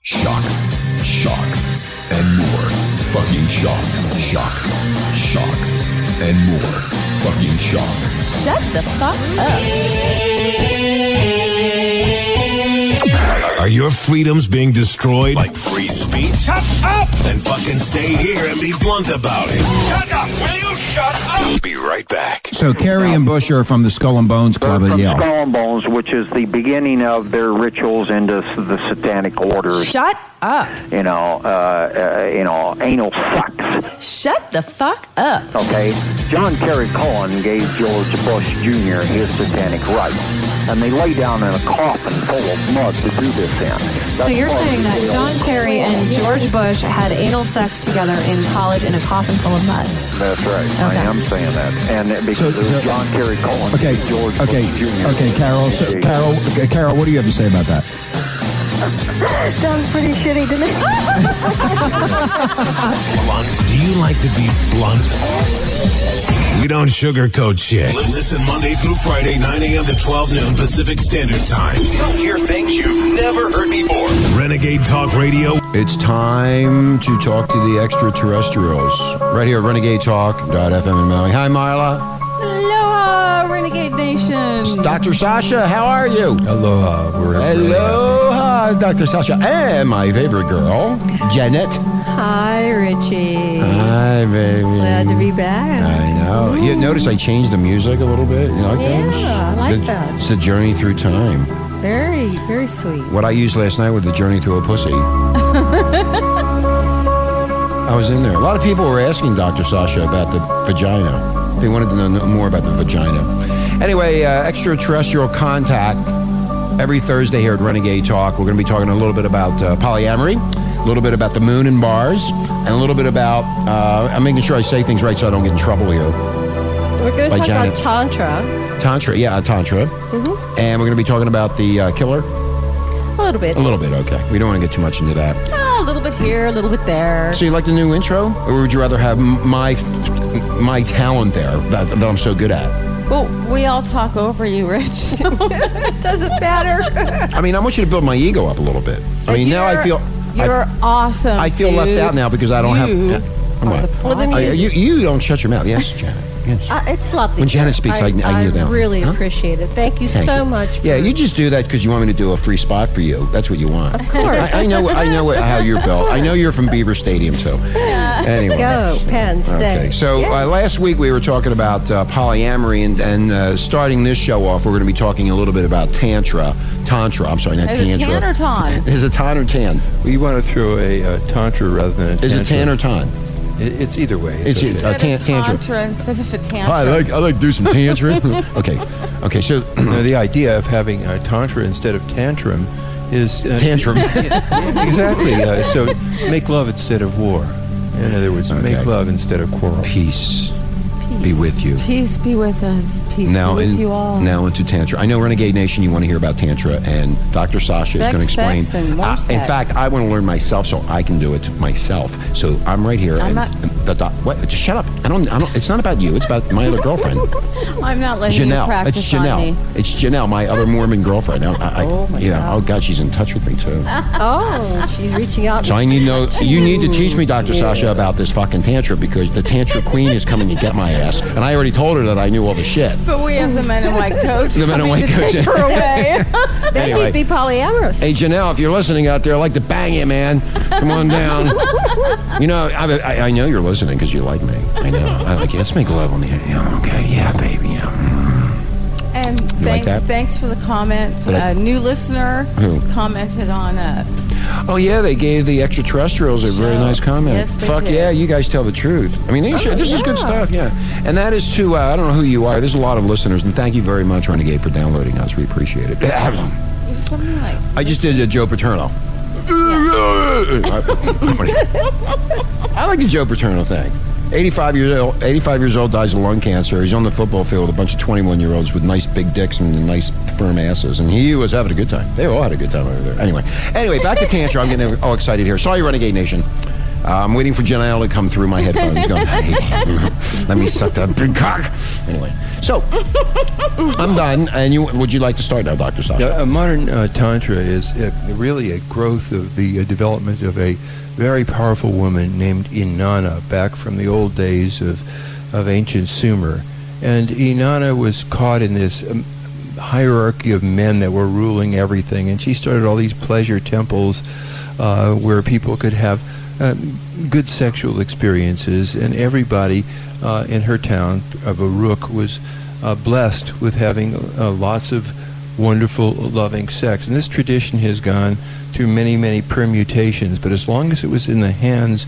shock, shock, and more. Fucking shock, shock, shock, and more. Fucking shock. Shut the fuck up. Are your freedoms being destroyed? Like free speech? Shut up! Then fucking stay here and be blunt about it. Shut up! Will you shut up? Be right back. So Carrie and Bush are from the Skull and Bones Club at from Yale. Skull and Bones, which is the beginning of their rituals into s- the Satanic orders. Shut up. you know, uh, uh, you know, anal sucks. Shut the fuck up. Okay, John Kerry Cohen gave George Bush Jr. his satanic rites, and they lay down in a coffin full of mud to do this in. So That's you're part of saying the that deal. John Kerry and George Bush had anal sex together in college in a coffin full of mud. That's right. I Okay. am saying that, and it- because So- it was so- John Kerry Cohen, Okay, gave George okay, Bush Jr. okay, Carol. So, his- Carol, okay, Carol, what do you have to say about that? Sounds pretty shitty to me. Blunt? Do you like to be blunt? We don't sugarcoat shit. Listen Monday through Friday, 9 a.m. to 12 noon Pacific Standard Time. You'll hear things you've never heard before. Renegade Talk Radio. It's time to talk to the extraterrestrials. Right here at RenegadeTalk.fm in Maui. Hi, Marla. Aloha, Renegade Nation. Dr. Sasha, how are you? Aloha, wherever Hello, Dr. Sasha. And my favorite girl, Janet. Hi, Richie. Hi, baby. Glad to be back. I know. You notice I changed the music a little bit. You like that? Yeah, I like The- that. It's the journey through time. Very, very sweet. What I used last night was the journey through a pussy. I was in there. A lot of people were asking Dr. Sasha about the vagina. They wanted to know more about the vagina. Anyway, uh, extraterrestrial contact every Thursday here at Renegade Talk. We're going to be talking a little bit about uh, polyamory, a little bit about the moon and bars, and a little bit about. Uh, I'm making sure I say things right so I don't get in trouble here. We're going to By talk Janet. about Tantra Tantra, yeah, Tantra. Mm-hmm. And we're going to be talking about the uh, killer. a little bit. A little bit, okay. We don't want to get too much into that. Ah, a little bit here, a little bit there. So you like the new intro, or would you rather have m- my my talent there that, that I'm so good at? Well, we all talk over you, Rich. so it doesn't matter. I mean, I want you to build my ego up a little bit. I mean, now I You're- feel You're I, awesome. I feel left dude. out now because I don't have. You Yeah, I'm are right. the Well, then I- you- you you don't shut your mouth. Yes, Janet. Yes. Uh, it's lovely. When Janet speaks, I- I kneel down. really Huh? appreciate it. Thank you Thank so you. much. Yeah, for- you just do that because you want me to do a free spot for you. That's what you want. Of course. I, I know. I know what, how you're built. I know you're from Beaver Stadium, so anyway. go, Penn State. Okay, so uh, last week we were talking about uh, polyamory, and, and uh, starting this show off, we're going to be talking a little bit about tantra. Tantra, I'm sorry, not Oh, Is it tantra. tan or ton? Is it tan or tan? We want to throw a uh, tantra rather than a Is tantra. it tan or tan? It- it's either way. It's either- okay. Uh, tan- Instead of tantra. tantra instead of a tantra. I like I like to do some tantra. okay, okay, so No, the idea of having a tantra instead of tantrum is uh, tantrum. exactly. Uh, so make love instead of war. In other words, Okay. make love instead of quarrel. Peace, be with you. Peace be with us. Peace now, be with in- you all. now into tantra. I know Renegade Nation. You want to hear about tantra, and Dr. Sasha is Sex, going to explain. sex, and more Uh, in sex. fact, I want to learn myself so I can do it myself. So I'm right here. I'm and, not- and the doc, what? Just shut up. I don't, I don't. It's not about you. It's about my other girlfriend, I'm not letting you Janelle. practice It's on me. Janelle. It's Janelle, my other Mormon girlfriend. I, I, oh my yeah. God. Oh God, she's in touch with me too. Oh, she's reaching out. So I need to know. You need to teach me, Dr. Sasha, about this fucking tantra because the tantra queen is coming to get my ass, and I already told her that I knew all the shit. But we have the men in white coats. The men in coming white to coats, Take yeah. her away. Then anyway. he'd be polyamorous. Hey Janelle, if you're listening out there, I'd like to bang you, man. Come on down. you know, I, I, I know you're listening because you like me. I know. I like you. Let's make love on the air. Yeah, okay, yeah, baby. Yeah. And You like thanks, that? thanks for the comment. Did I- A new listener Who? commented on uh, Oh yeah, they gave the extraterrestrials a very So, nice comment. yes, they Fuck did. Oh, yeah, you guys tell the truth. I mean, they should, this is good stuff. Oh, Yeah, and that is to uh, I don't know who you are. There's a lot of listeners, and thank you very much, Renegade, for downloading us. We appreciate it. I it was something like just did a Joe Paterno. I like the Joe Paterno thing. 85 years old. 85 years old dies of lung cancer. He's on the football field with a bunch of 21 year olds with nice big dicks and nice firm asses, and he was having a good time. They all had a good time over there. Anyway, anyway, back to tantra. I'm getting all excited here. Sorry, Renegade Nation. Uh, I'm waiting for Janelle to come through my headphones. Going, hey, let me suck that big cock. Anyway, So I'm done. And you, would you like to start now, Doctor Sasha? Yeah, uh, modern uh, tantra is uh, really a growth of the uh, development of a very powerful woman named Inanna, back from the old days of of ancient Sumer, and Inanna was caught in this. Um, hierarchy of men that were ruling everything and she started all these pleasure temples uh, where people could have um, good sexual experiences and everybody uh, in her town of Uruk was uh, blessed with having uh, lots of wonderful, loving sex. And this tradition has gone through many, many permutations, but as long as it was in the hands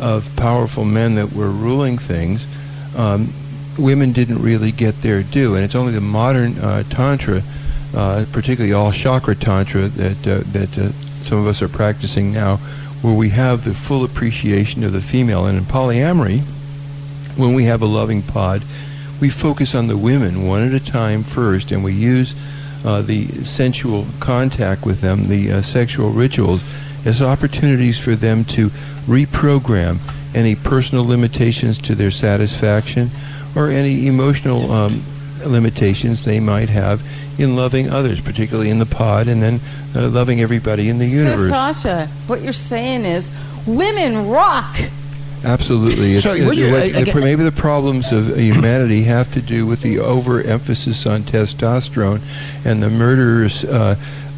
of powerful men that were ruling things, um, women didn't really get their due. And it's only the modern uh, Tantra, uh, particularly all chakra Tantra, that, uh, that uh, some of us are practicing now, where we have the full appreciation of the female. And in polyamory, when we have a loving pod, we focus on the women one at a time first, and we use uh, the sensual contact with them, the uh, sexual rituals, as opportunities for them to reprogram any personal limitations to their satisfaction or any emotional um, limitations they might have in loving others, particularly in the pod, and then uh, loving everybody in the universe. So, Sasha, what you're saying is women rock. Absolutely. It's, Sorry, it- what you- what- I- I- the- maybe the problems of humanity have to do with the overemphasis on testosterone and the murderous uh,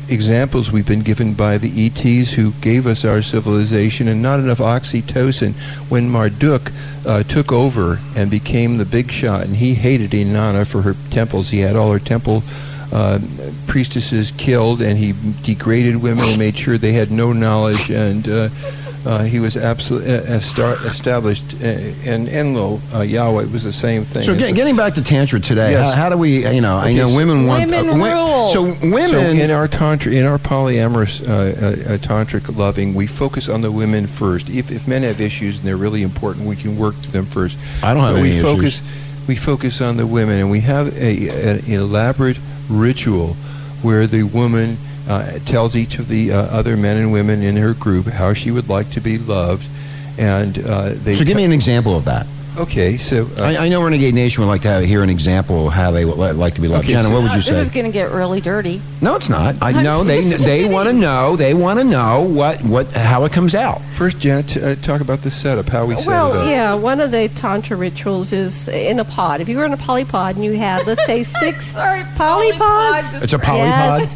examples we've been given by the ETs who gave us our civilization and not enough oxytocin when Marduk uh, took over and became the big shot. And he hated Inanna for her temples. He had all her temple uh, priestesses killed and he degraded women and made sure they had no knowledge and. Uh, uh, he was absolutely established, uh, and Enlil uh, Yahweh was the same thing. So get, getting back to tantra today, Yes. how, how do we? uh, You know, I Okay, know so- women want Women wi- rule. So women, So in our tantra, in our polyamorous uh, uh, uh, tantric loving, we focus on the women first. If, if men have issues and they're really important, we can work to them first. I don't have But we any focus, issues. We focus on the women, and we have a, an elaborate ritual where the woman uh, tells each of the uh, other men and women in her group how she would like to be loved, and uh, they. So give me an example of that. Okay, so uh, I, I know Renegade Nation would like to have, hear an example of how they would li- like to be loved. Okay, Jenna, so- what would you Uh, this say? is going to get really dirty. no, it's not. I I'm know they just they kidding. want to know. They want to know what what how it comes out. first, Janet, t- uh, talk about the setup, how we set it up. Well, yeah, one of the tantra rituals is in a pod. If you were in a polypod and you had, let's say, six Sorry, polypods. It's a polypod. Yes,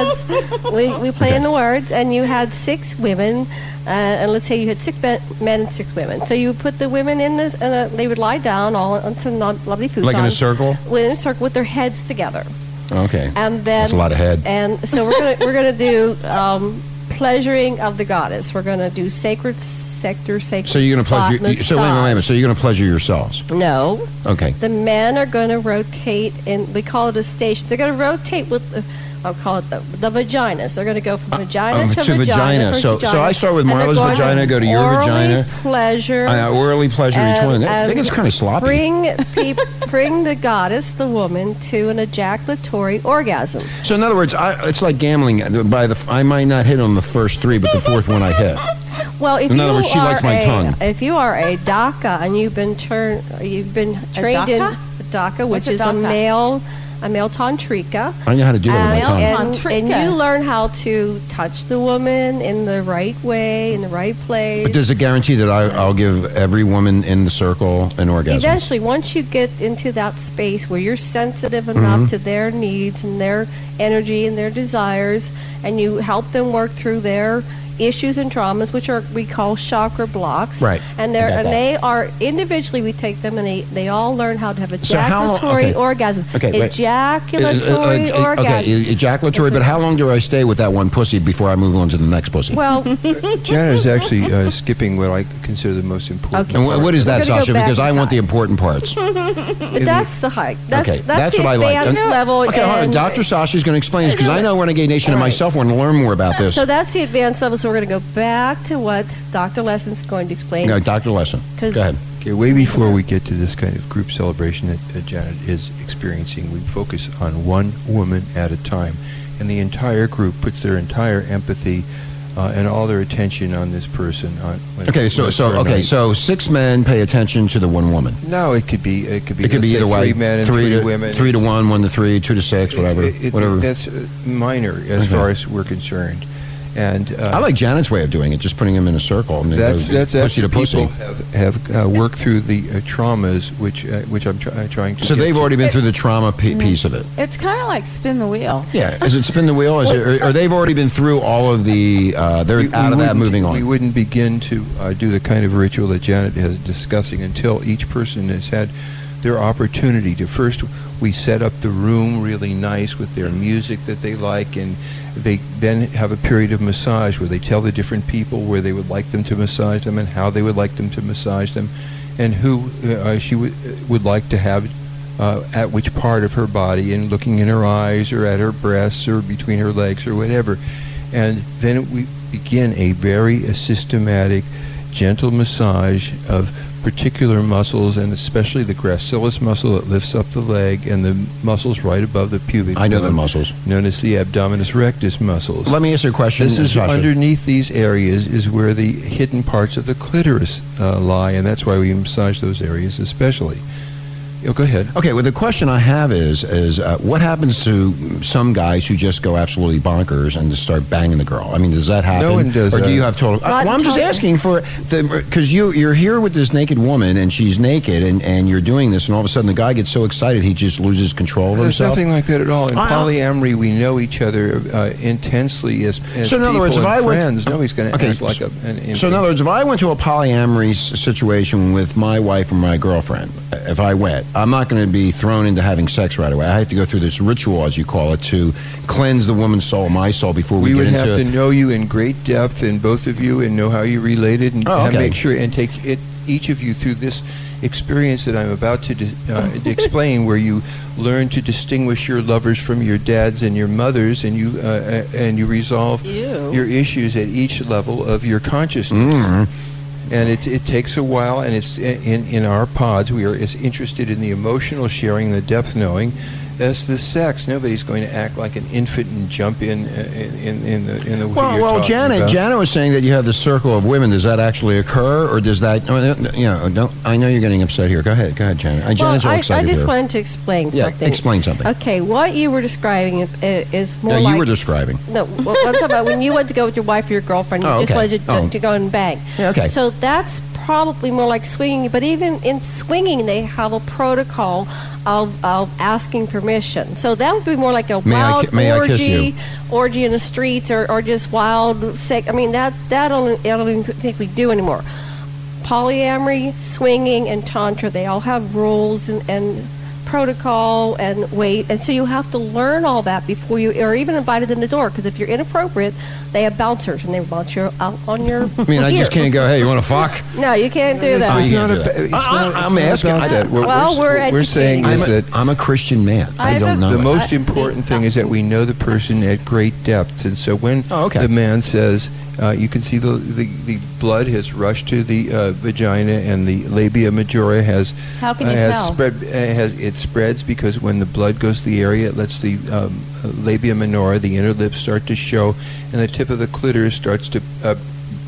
polypods. we we play in the words, and you had six women, uh, and let's say you had six men, men and six women. So you put the women in, this, and uh, they would lie down all on some lo- lovely food. Like in a circle? In a circle with their heads together, Okay. and then That's a lot of head. and so we're gonna we're gonna do um, pleasuring of the goddess. We're gonna do sacred sector, sacred. So you're going to spot pleasure. you- So wait a minute. Wait a minute. So you're going to pleasure yourselves. massage. No, Okay. the men are going to rotate, and we call it a station. They're going to rotate with, uh, I'll call it the, the vaginas. They're going to go from vagina um, to, to vagina. vagina. for So- so I start with and they're Marla's going to vagina, go to your orally vagina. Uh, Pleasure. I orally pleasure each and- one. I and think it's kind of sloppy. Bring, peop bring the goddess, the woman, to an ejaculatory orgasm. So in other words, I, it's like gambling. uh, By the, I might not hit on the first three, but the fourth one I hit. Well, if In you other words, she are likes my a, tongue. If you are a DACA and you've been turned, you've been trained in DACA? DACA, which What's a is a DACA? male, a male tantrika. I know how to do that with my Um, tongue. and, and Tantrika. you learn how to touch the woman in the right way, in the right place. But does it guarantee that I, I'll give every woman in the circle an orgasm? Eventually, once you get into that space where you're sensitive enough Mm-hmm. to their needs and their energy and their desires, and you help them work through their issues and traumas, which are we call chakra blocks, Right. And they're I got and that. they are individually we take them and they, they all learn how to have So how long- ejaculatory okay. orgasm, Okay, wait. ejaculatory Uh, uh, uh, orgasm. Okay, ejaculatory. But how long do I stay with that one pussy before I move on to the next pussy? Well, Janet is actually uh, skipping what I consider the most important. Okay. and wh- what is We're that, gonna go Sasha? back Because in I want the time. important parts. okay, But that's the hike. That's that's, that's, the what I like. advanced And- level. okay, all right. and- Dr. Sasha's going to explain this because I know Renegade Nation and All right. myself want to learn more about this. So that's the advanced level. So we're going to go back to what Dr. Lesson's going to explain. no, Dr. Lesson, go 'Cause- ahead. Okay, way before we get to this kind of group celebration that, that Janet is experiencing, we focus on one woman at a time. And the entire group puts their entire empathy, uh, and all their attention on this person. On, when- Okay, so whether so or okay, not- so six men pay attention to the one woman. no, it could be it could be It could be let's say either way. three men and three, three to women, three to one, one to three, two to six, It- whatever, it- it- whatever. That's uh, minor Okay. as far as we're concerned, and uh, I like Janet's way of doing it, just putting them in a circle. And they That's go that's pussy after to pussy. people have have uh, worked through the uh, traumas, which uh, which I'm try- trying to. So get they've to. already been through the trauma p- piece of it. It's kind of like spin the wheel. Yeah, is it spin the wheel? Is it, or, or they've already been through all of the? Uh, they're We- we out of that, wouldn't- moving on. We wouldn't begin to uh, do the kind of ritual that Janet is discussing until each person has had their opportunity to first we set up the room really nice with their music that they like and they then have a period of massage where they tell the different people where they would like them to massage them and how they would like them to massage them and who uh, she would would like to have uh, at which part of her body and looking in her eyes or at her breasts or between her legs or whatever and then we begin a very systematic, gentle massage of particular muscles, and especially the gracilis muscle that lifts up the leg, and the muscles right above the pubic. I know the bone, muscles. Known as the abdominus rectus muscles. Let me ask you a question. This is Sasha. underneath these areas is where the hidden parts of the clitoris uh, lie, and that's why we massage those areas especially. Oh, go ahead. Okay, well, the question I have is, is uh, what happens to some guys who just go absolutely bonkers and just start banging the girl? I mean, does that happen? No one does Or do that. you have total? I, Not well, I'm just totally. asking for the because you you're here with this naked woman and she's naked and, and you're doing this and all of a sudden the guy gets so excited he just loses control of There's himself. nothing like that at all. In I- I- polyamory, we know each other uh, intensely as, as So in other people words, if and I went- friends. Nobody's going to Okay, act like a, an So in other words, if I went to a polyamory s- situation with my wife or my girlfriend, if I went, I'm not going to be thrown into having sex right away. I have to go through this ritual, as you call it, to cleanse the woman's soul, my soul, before we, we would get have into to know you in great depth, and both of you, and know how you related, and Oh, and okay. make sure and take it each of you through this experience that I'm about to dis- uh, Oh. to explain, where you learn to distinguish your lovers from your dads and your mothers, and you uh, uh, and you resolve Ew. your issues at each level of your consciousness. Mm. and it, it takes a while and it's in, in our pods we are as interested in the emotional sharing the depth knowing as the sex nobody's going to act like an infant and jump in uh, in, in, in the in the way Well, you're well, talking Janet, about. Janet was saying that you have the circle of women. Does that actually occur, or does that? no, no, You know, don't, I know you're getting upset here. Go ahead, go ahead, Janet. I Janet's all well, I, I excited just here. wanted to explain yeah, something. explain something. Okay, what you were describing i- is more yeah, you like were describing. No, what what I'm talking about when you went to go with your wife or your girlfriend, you Oh, just okay. wanted to, Oh. to go and bang. Yeah, okay. So that's probably more like swinging. But even in swinging, they have a protocol of, of asking permission. So that would be more like a May I wild ki- may I kiss you? orgy, orgy in the streets, or, or just wild sex. I mean, that that only, I don't even think we do anymore. Polyamory, swinging, and tantra, they all have rules and, and protocol and wait and so you have to learn all that before you are even invited in the door because if you're inappropriate they have bouncers and they bounce you out on your I mean, I just can't go. Hey, you want to fuck? no you can't do It's- Oh, that it's you not can't a do ba- that. it's I- I- not- I'm it's not asking- about I- that. What well, s- we're what we're saying educating. is I'm a, that I'm a Christian man. I, I don't have know. the it. most important thing is that we know the person at great depth, and so when Oh, okay. the man says, uh, you can see the, the the blood has rushed to the uh, vagina, and the labia majora has How can you uh, has tell? spread uh, has it spreads because when the blood goes to the area, it lets the um, labia minora, the inner lip, start to show, and the tip of the clitoris starts to uh,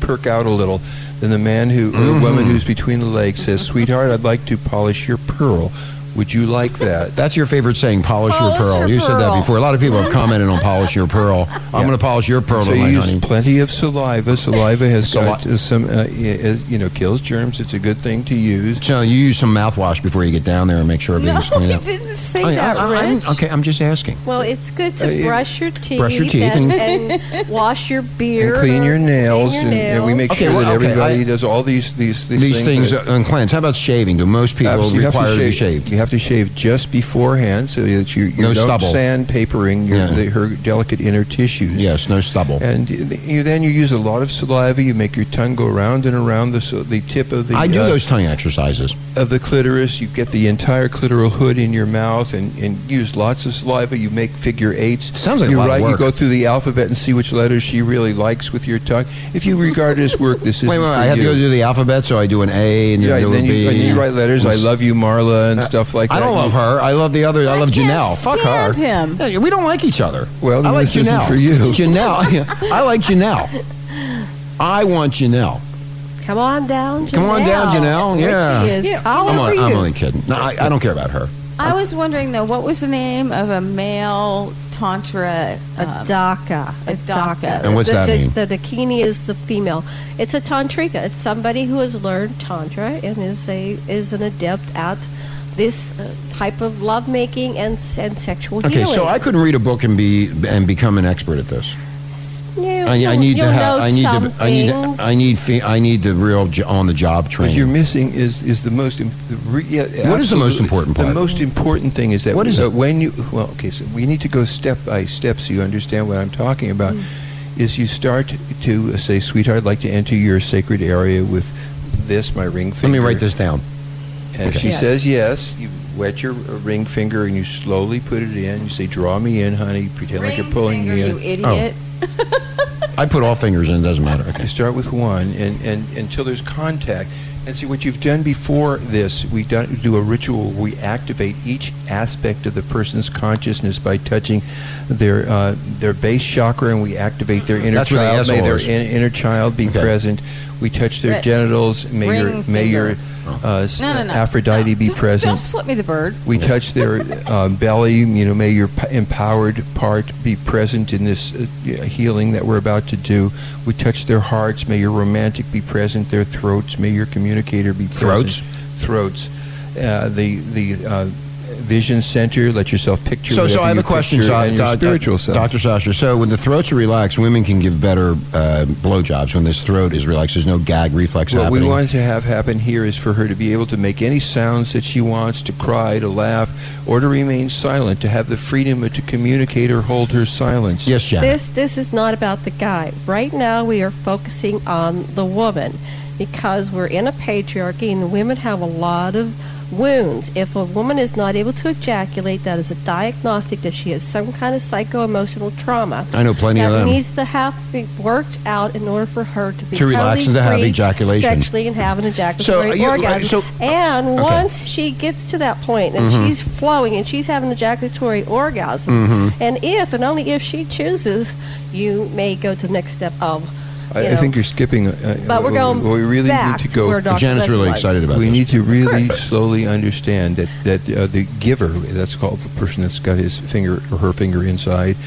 perk out a little. Then the man who, or Mm-hmm. the woman who's between the legs says, "Sweetheart, I'd like to polish your pearl. Would you like that?" That's your favorite saying, polish, your Polish pearl. your you said that pearl. before. A lot of people have commented on polish your pearl. I'm Yeah. going to polish your pearl So you tonight, use honey. plenty of saliva. Saliva has Sali- got uh, some, uh, i- is, you know, kills germs. It's a good thing to use. So you use some mouthwash before you get down there and make sure No, everything's clean I up. Oh, didn't say I mean, that, I- I- I'm- Rich. okay, I'm just asking. well it's good to Uh, yeah. brush your teeth, Brush your teeth and, and- and wash your beard and clean your or nails, clean your and, and we nails. make Okay, sure well, that okay, everybody I- does all these these these, These things that- are uncleansed. How about shaving? Do most people Absolutely. you have require to be shave. shaved? You have to shave just beforehand so that you, you No don't stubble. sandpapering your, Yeah. the, her delicate inner tissues. Yes, no stubble. And you, then you use a lot of saliva. You make your tongue go around and around the so the tip of the I do uh, those tongue exercises. of the clitoris. You get the entire clitoral hood in your mouth and, and use lots of saliva. You make figure eights. Sounds like a you lot of write, work. You go through the alphabet and see which letters she really likes with your tongue. If you regard it as work, this is Wait, wait, wait. I have to go do the alphabet, so I do an A and then yeah, do and a then B. you, and you write letters. I love you, Marla, and Uh, stuff like I that. don't You- love her. I love the other. I, I love can't Janelle. Fuck her. stand him. Yeah, we don't like each other. Well, I then like this isn't Janelle. for you. Janelle. I like Janelle. I want Janelle. Come on down, Janelle. Come on down, Janelle. There Yeah. she is. Yeah. All I'm, over on- um, you. I'm only kidding. No, I, I don't care about her. I was wondering though, what was the name of a male tantra? A um, daka. a daka. And what's the, that the, mean? The dakini is the female. It's a tantrika. It's somebody who has learned tantra and is a is an adept at this uh, type of lovemaking and s- and sexual Okay, healing. so I couldn't read a book and be and become an expert at this. You- I, I you'll- need to you'll have. know I need some to. I need. things. I need. Fe- I need the real on the job What training. you're missing is is the most. im- The re, yeah, What is the most absolutely. important part? The most important thing is that What is uh, it? when you well, okay, so we need to go step by step so you understand what I'm talking about. Mm. Is you start to uh, say, sweetheart, I'd like to enter your sacred area with this, my ring Let finger. me write this down. And if Okay. she Yes. says yes, you wet your uh, ring finger and you slowly put it in. You say, draw me in, honey. Pretend like you're Ring pulling finger, me in. you idiot. Oh. I put all fingers in. Doesn't matter. Okay. You start with one, and, and until there's contact. And see what you've done before this. We done, do a ritual. where We activate each aspect of the person's consciousness by touching their uh, their base chakra, and we activate their inner That's where the child. May asshole their is. in, inner child be Okay. present. We touch their Rich. genitals. May Ring your may your finger. uh, s- No, no, no. Aphrodite No, be don't- present. Don't flip me the bird. We touch their uh, belly. You know, may your p- empowered part be present in this uh, healing that we're about to do. We touch their hearts. May your romantic be present. Their throats. May your communicator be Throats? present. Throats. Throats. Uh, the the uh, vision center. Let yourself picture. So, so whatever I have you a question, picture, so I- and your Doc- spiritual self. Dr. Sasha. So when the throats are relaxed, women can give better uh, blowjobs. When this throat is relaxed, there's no gag reflex What happening. we want to have happen here is for her to be able to make any sounds that she wants, to cry, to laugh, or to remain silent, to have the freedom to communicate or hold her silence. yes, Jack. This this is not about the guy. Right now we are focusing on the woman because we're in a patriarchy and women have a lot of wounds. If a woman is not able to ejaculate, that is a diagnostic that she has some kind of psycho-emotional trauma. I know plenty that of them. needs to have to be worked out in order for her to be To relax totally and to have free ejaculation. sexually and have an ejaculatory So, uh, you- orgasm. so- and okay. Mm-hmm. once she gets to that point and she's flowing and she's having ejaculatory orgasms, Mm-hmm. and if and only if she chooses, you may go to the next step of. I, you I know, think you're skipping. Uh, But we're uh, going We really back need to where go. Dr. Janet's Less really was. excited about We this. need to really course. slowly understand that that uh, the giver, that's called the person that's got his finger or her finger inside,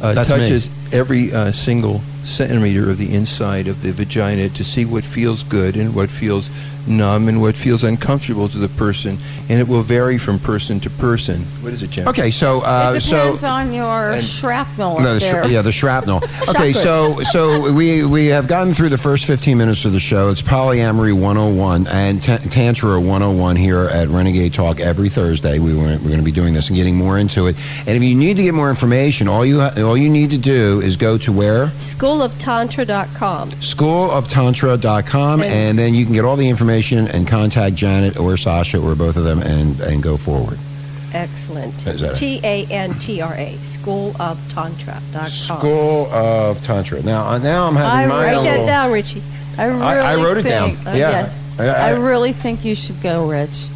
uh, That's me. touches every uh, single centimeter of the inside of the vagina to see what feels good and what feels numb and what feels uncomfortable to the person, and it will vary from person to person. What is it, Janet? Okay, so uh, it so depends on your And- shrapnel No, the up sh- there. yeah, the shrapnel. Okay, so so we we have gotten through the first 15 minutes of the show. It's polyamory 101 and t- tantra 101 here at Renegade Talk every Thursday. We were, we're going to be doing this and getting more into it. And if you need to get more information, all you ha- all you need to do is go to where schooloftantra.com. schooloftantra.com And- and then you can get all the information and contact Janet or Sasha or both of them and and go forward. Oh. Is that it? Excellent. T A N T R A. Schooloftantra.com. School of Tantra. Now uh, now I'm having I my write own that little- Get down, Richie. I, really I- I wrote it think, down. uh, Yeah. yes. I- I- I really think you should go, Rich.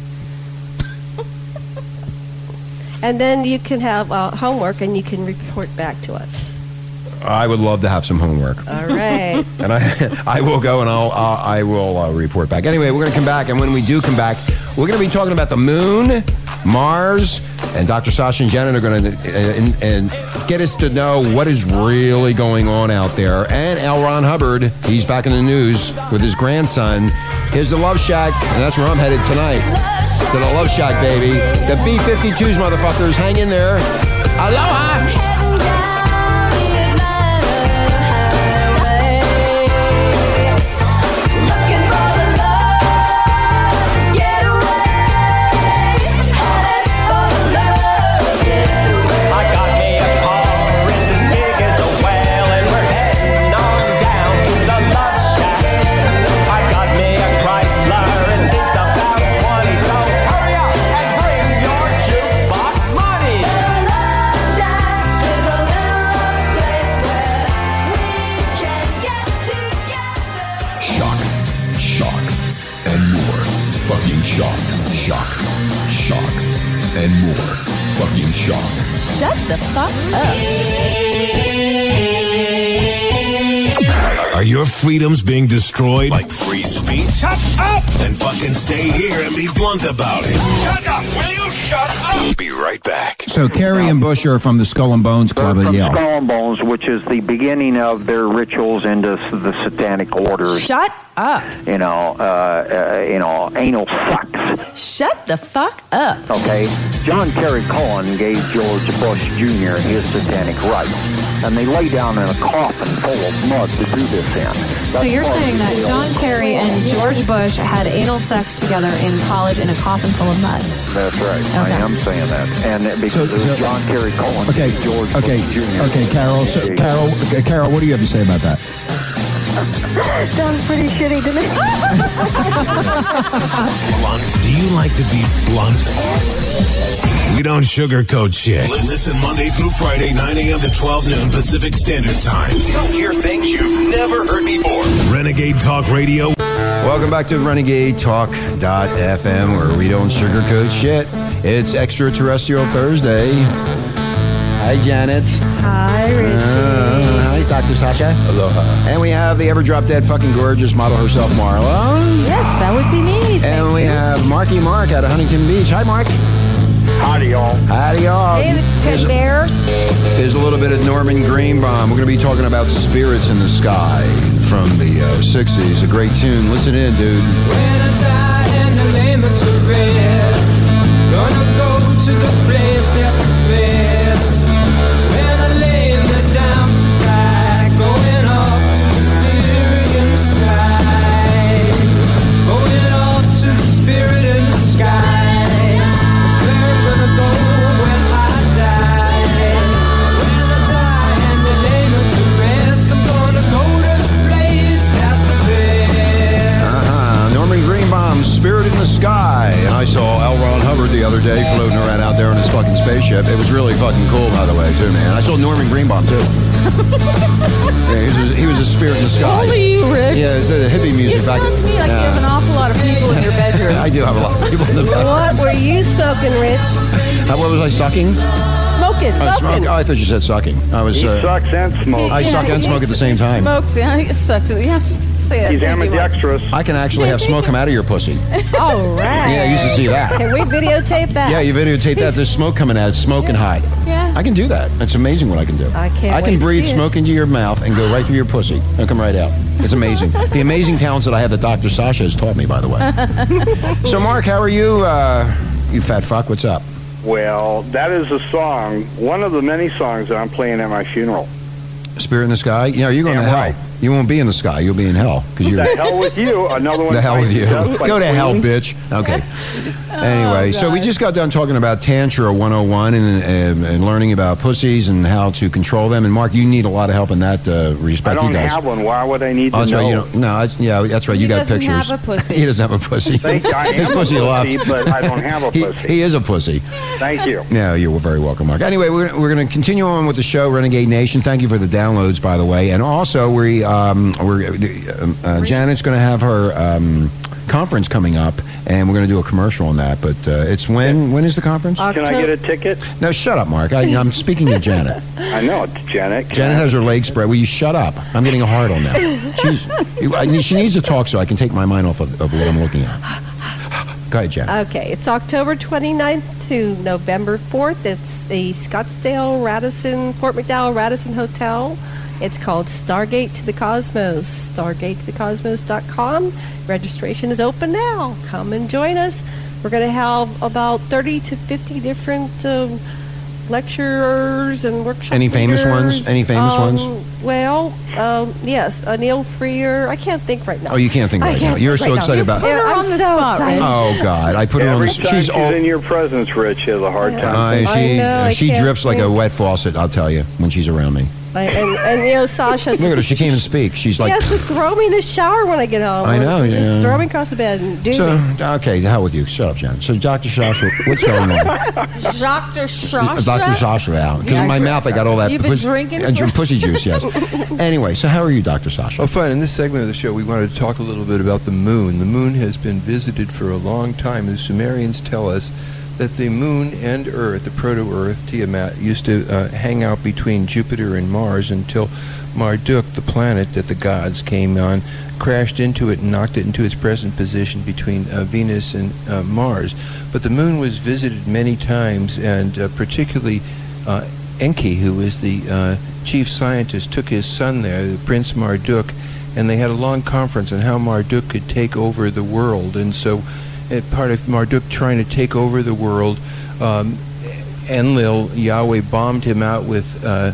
And then you can have uh, homework and you can report back to us. I would love to have some homework. All right. and I, I will go and I'll, I'll I will uh, report back. Anyway, we're going to come back, and when we do come back, we're going to be talking about the moon, Mars, and Dr. Sasha and Janet are going to and, and get us to know what is really going on out there. And L. Ron Hubbard, he's back in the news with his grandson. Here's the Love Shack, and that's where I'm headed tonight. To the Love Shack, baby. The B-52s, motherfuckers, hang in there. Aloha. I got me a car, it's as big as a whale, and we're heading on down to the love shack. I got me a Chrysler, and it's about 20, so hurry up and bring your jukebox money. Shock, shock, and more. Fucking shock, shock, shock, and more. Fucking shock. Shut the fuck up. Are- Are your freedoms being destroyed? Like free speech? Shut up! Then fucking stay here and be blunt about it. Shut up! Will you shut up? Be right back. So Carrie and Bush are from the Skull and Bones Club at Yale. Skull and Bones, which is the beginning of their rituals into s- the satanic orders. Shut up. You know, uh, uh, you know, anal sucks. Shut the fuck up. Okay, John Terry Cohen gave George Bush Jr. his satanic rites, and they lay down in a coffin full of mud to do this in. So That's you're part of saying the that deal. John Kerry and George Bush had anal sex together in college in a coffin full of mud. That's right. I Okay. am saying that, and it- because it was John Terry Cohen Okay, gave George okay, Bush Jr. okay, Carol. So, his- Carol, okay, Carol, what do you have to say about that? Sounds pretty shitty to me. Blunt. Do you like to be blunt? We don't sugarcoat shit. Listen Monday through Friday, 9 a.m. to 12 noon Pacific Standard Time. You'll hear things you've never heard before. Renegade Talk Radio. Welcome back to Renegade Talk.fm, where we don't sugarcoat shit. It's Extraterrestrial Thursday. Hi, Janet. Hi, Richie. Uh, hi, Dr. Sasha. Aloha. And we have the ever drop dead fucking gorgeous model herself, Marla. Yes, that would be me. And we have Marky Mark out of Huntington Beach. Hi, Mark. Howdy, y'all. Howdy, y'all. Hey, the There's- Ted Bear. There's a little bit of Norman Greenbaum. We're going to be talking about Spirits in the Sky from the uh, 60s. A great tune. Listen in, dude. in the name of Therese. Gonna go to the place that's the best. When I lay me down to die, going up to the spirit in the sky. Going up to the spirit in the sky. That's where I'm gonna go when I die. When I die in the name of Therese, I'm gonna go to the place that's the best. Uh-huh. Norman Greenbaum's Spirit in the Sky. And I saw L. Ron Hubbard the other day floating around out there in his fucking spaceship. It was really fucking cool, by the way, too, man. I saw Norman Greenbaum, too. yeah, he, was a, he was a spirit in the sky. Only you, Rich. Yeah, it's a hippie music. It back- sounds to me like you have an Yeah. awful lot of people in your bedroom. I do have a lot of people in the back. What were you smoking, Rich? How- What was I sucking? Smoking, I smoke. smoking. Oh, I thought you said sucking. I was. He uh, sucks and smokes. I Yeah, suck and he smoke at the same time. Smokes, yeah, it sucks. Yeah, I'm just gonna say that. He's Thank you, Mark. ambidextrous. I can actually have smoke come out of your pussy. All right. Yeah, you should see that. Can we videotape that? Yeah, you videotape that. There's smoke coming out. Smoke and hide. Yeah. I can do that. It's amazing what I can do. I can't I wait can to breathe see it. smoke into your mouth and go right through your pussy. It'll come right out. It's amazing. the amazing talents that I have that Dr. Sasha has taught me, by the way. so, Mark, how are you? Uh, you fat fuck. What's up? Well, that is a song, one of the many songs that I'm playing at my funeral. Spirit in the sky? Yeah, you're going to hell. You won't be in the sky. You'll be in hell because you're The hell with you, another one. the hell with you. Just like Go to hell, Queen. Oh, bitch. Okay. anyway, so we just got done talking about Tantra 101 and, and, and learning about pussies and how to control them. And Mark, you need a lot of help in that uh, I respect. don't you guys. have one. Why would I need Oh, to that's know? right. You don't, no, that's- yeah, that's right. He you got doesn't have pictures. a pussy. he doesn't have a pussy. Thank you. I His am a pussy, pussy, left. but I don't have a He- pussy. he is a pussy. Thank you. Yeah, you're very welcome, Mark. Anyway, we're, we're going to continue on with the show, Renegade Nation. Thank you for the downloads, by the way. And also, we um, we're the, um, uh, Janet's going to have her um, conference coming up, and we're going to do a commercial on that. But uh, it's when when is the conference? Can I get a ticket? No, shut up, Mark. I, I'm speaking to Janet. I know it's Janet. Can Janet I- has her legs spread. Will you shut up? I'm getting a hard on now. She's, I need- she needs to talk so I can take my mind off of, of what I'm looking at. Go ahead, Uh, Janet. Okay, it's October 29th to November 4th. It's the Scottsdale Radisson, Fort McDowell Radisson Hotel. It's called Stargate to the Cosmos, stargatetothecosmos.com. Registration is open now. Come and join us. We're going to have about 30 to 50 different um, lecturers and workshops. Any famous ones? Any famous ones? Well, um, yes, uh, Neil Freer. I can't think right now. Oh, you can't think I right now. can't You're think so right now. excited about it. Yeah, I'm so excited. Oh God, I put her on Every the. time She's she's all. in your presence, Rich, she has a hard time. Uh, thinking. she know, I she can't drips like a think. wet faucet. I'll tell you when she's around me. I- and, and you know, Sasha. Look at her. She can't even speak. She's like. Yes, just throw me in the shower when I get home. I know, Just yeah. throw me across the bed and do So it. okay, the hell with you. Shut up, Jen. So Dr. Sasha, what's going on? Dr. Shasha. Dr. Sasha out because in my Dr. mouth I got all that You've been drinking and for- pussy juice. Yes. anyway, so how are you, Dr. Sasha? Well, fine. In this segment of the show, we wanted to talk a little bit about the moon. The moon has been visited for a long time. The Sumerians tell us that the moon and Earth, the proto-Earth Tiamat, used to uh, hang out between Jupiter and Mars until Marduk, the planet that the gods came on, crashed into it and knocked it into its present position between uh, Venus and uh, Mars. But the moon was visited many times, and uh, particularly uh, Enki, who is the uh, chief scientist, took his son there, Prince Marduk, and they had a long conference on how Marduk could take over the world. And so, uh, part of Marduk trying to take over the world, um, Enlil, Yahweh, bombed him out with. Uh,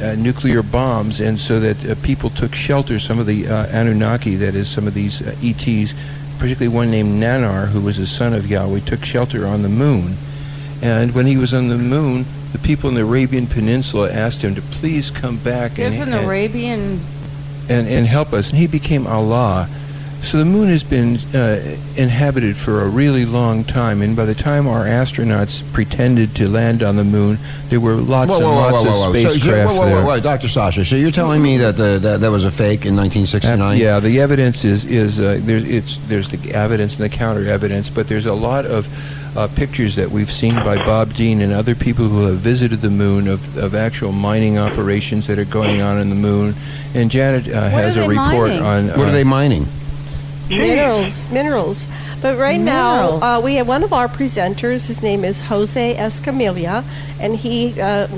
uh, nuclear bombs, and so that uh, people took shelter. Some of the uh, Anunnaki, that is, some of these uh, ETs, particularly one named Nanar, who was a son of Yahweh, took shelter on the moon. And when he was on the moon, the people in the Arabian Peninsula asked him to please come back and, There's an and- Arabian. and, and help us. And he became Allah. So the moon has been uh, inhabited for a really long time, and by the time our astronauts pretended to land on the moon, there were lots and lots of So you- spacecraft whoa, whoa, there. whoa, whoa, Dr. Sasha, so you're telling me that the, that, that was a fake in 1969? Yeah, the evidence is is uh, there's it's there's the evidence and the counter evidence, but there's a lot of uh, pictures that we've seen by Bob Dean and other people who have visited the moon of, of actual mining operations that are going on in the moon. And Janet uh, What has are a they report mining? on What are they mining? Minerals, minerals. But right now, uh, we have one of our presenters. His name is Jose Escamilla, and he uh,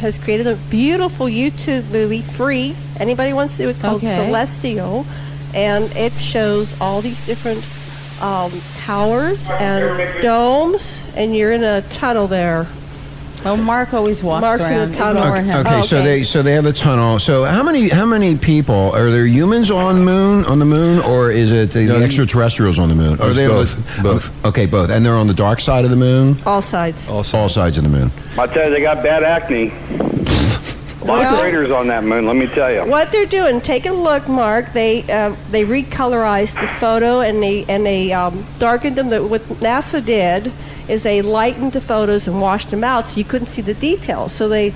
has created a beautiful YouTube movie, free. Anybody wants to do it? Called Okay. Celestial, and it shows all these different um, towers and domes, and you're in a tunnel there. Oh, Mark always walks Mark's in around. a tunnel. Ignore Okay, him. Oh, so they so they have a tunnel. So how many how many people are there humans on moon on the moon or is it the, No, the you- extraterrestrials on the moon? Are It's they both, both? Okay, both, and they're on the dark side of the moon. All sides. All, sides of the moon. I tell you, they got bad acne. A lot of craters on that moon, let me tell you. What they're doing? Take a look, Mark. They uh, they recolorized the photo and they and they um, darkened them. That what NASA did is they lightened the photos and washed them out, so you couldn't see the details. So they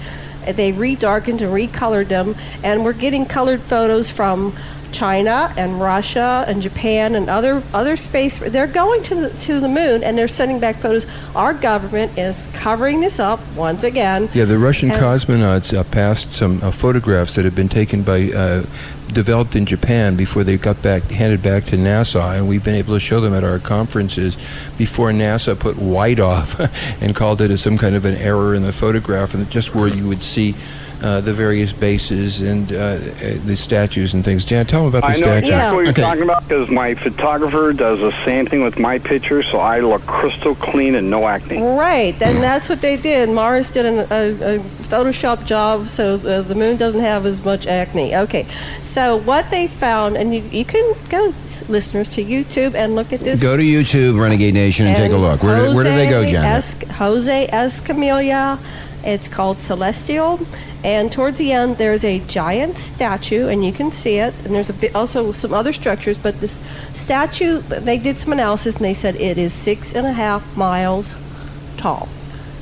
they redarkened and recolored them, and we're getting colored photos from China and Russia and Japan and other other space. They're going to the, to the moon and they're sending back photos. Our government is covering this up once again. Yeah, the Russian And- cosmonauts uh, passed some uh, photographs that had been taken by, uh, developed in Japan before they got back, handed back to NASA, and we've been able to show them at our conferences before NASA put white off and called it as some kind of an error in the photograph, and just where you would see uh, the various bases and uh, uh, the statues and things. Jan, tell them about the I know statue. exactly what you're talking about because my photographer does the same thing with my pictures, so I look crystal clean and no acne. Right, and that's what they did. Mars did an, a, a Photoshop job, so the, the moon doesn't have as much acne. Okay, so what they found, and you, you can go, listeners, to YouTube and look at this. Go to YouTube, Renegade Nation, and, take a look. Where, do- where do they go, Jose Janet? Es- Jose Escamilla. It's called Celestial. And towards the end, there's a giant statue, and you can see it. And there's a bi- also some other structures, but this statue, they did some analysis, and they said it is six and a half miles tall.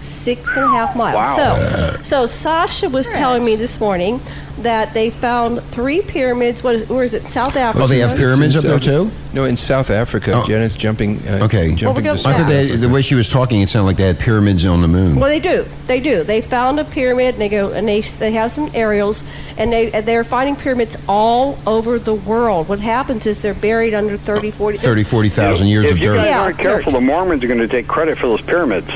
Six and a half miles. So, so Sasha was telling me this morning that they found three pyramids. What is? Where is it? South Africa. Oh, they have Pyramids up It's in there South- too? No, in South Africa. Janet's jumping. Uh, Oh. Okay. Jumping Well, to we South I thought they, Africa. the way she was talking, it sounded like they had pyramids on the moon. Well, they do. They do. They found a pyramid, and they go and they they have some aerials, and they and they're finding pyramids all over the world. What happens is they're buried under 30, 40. 30, 40,000 years If of you dirt. guys Yeah, aren't careful, the Mormons are going to take credit for those pyramids.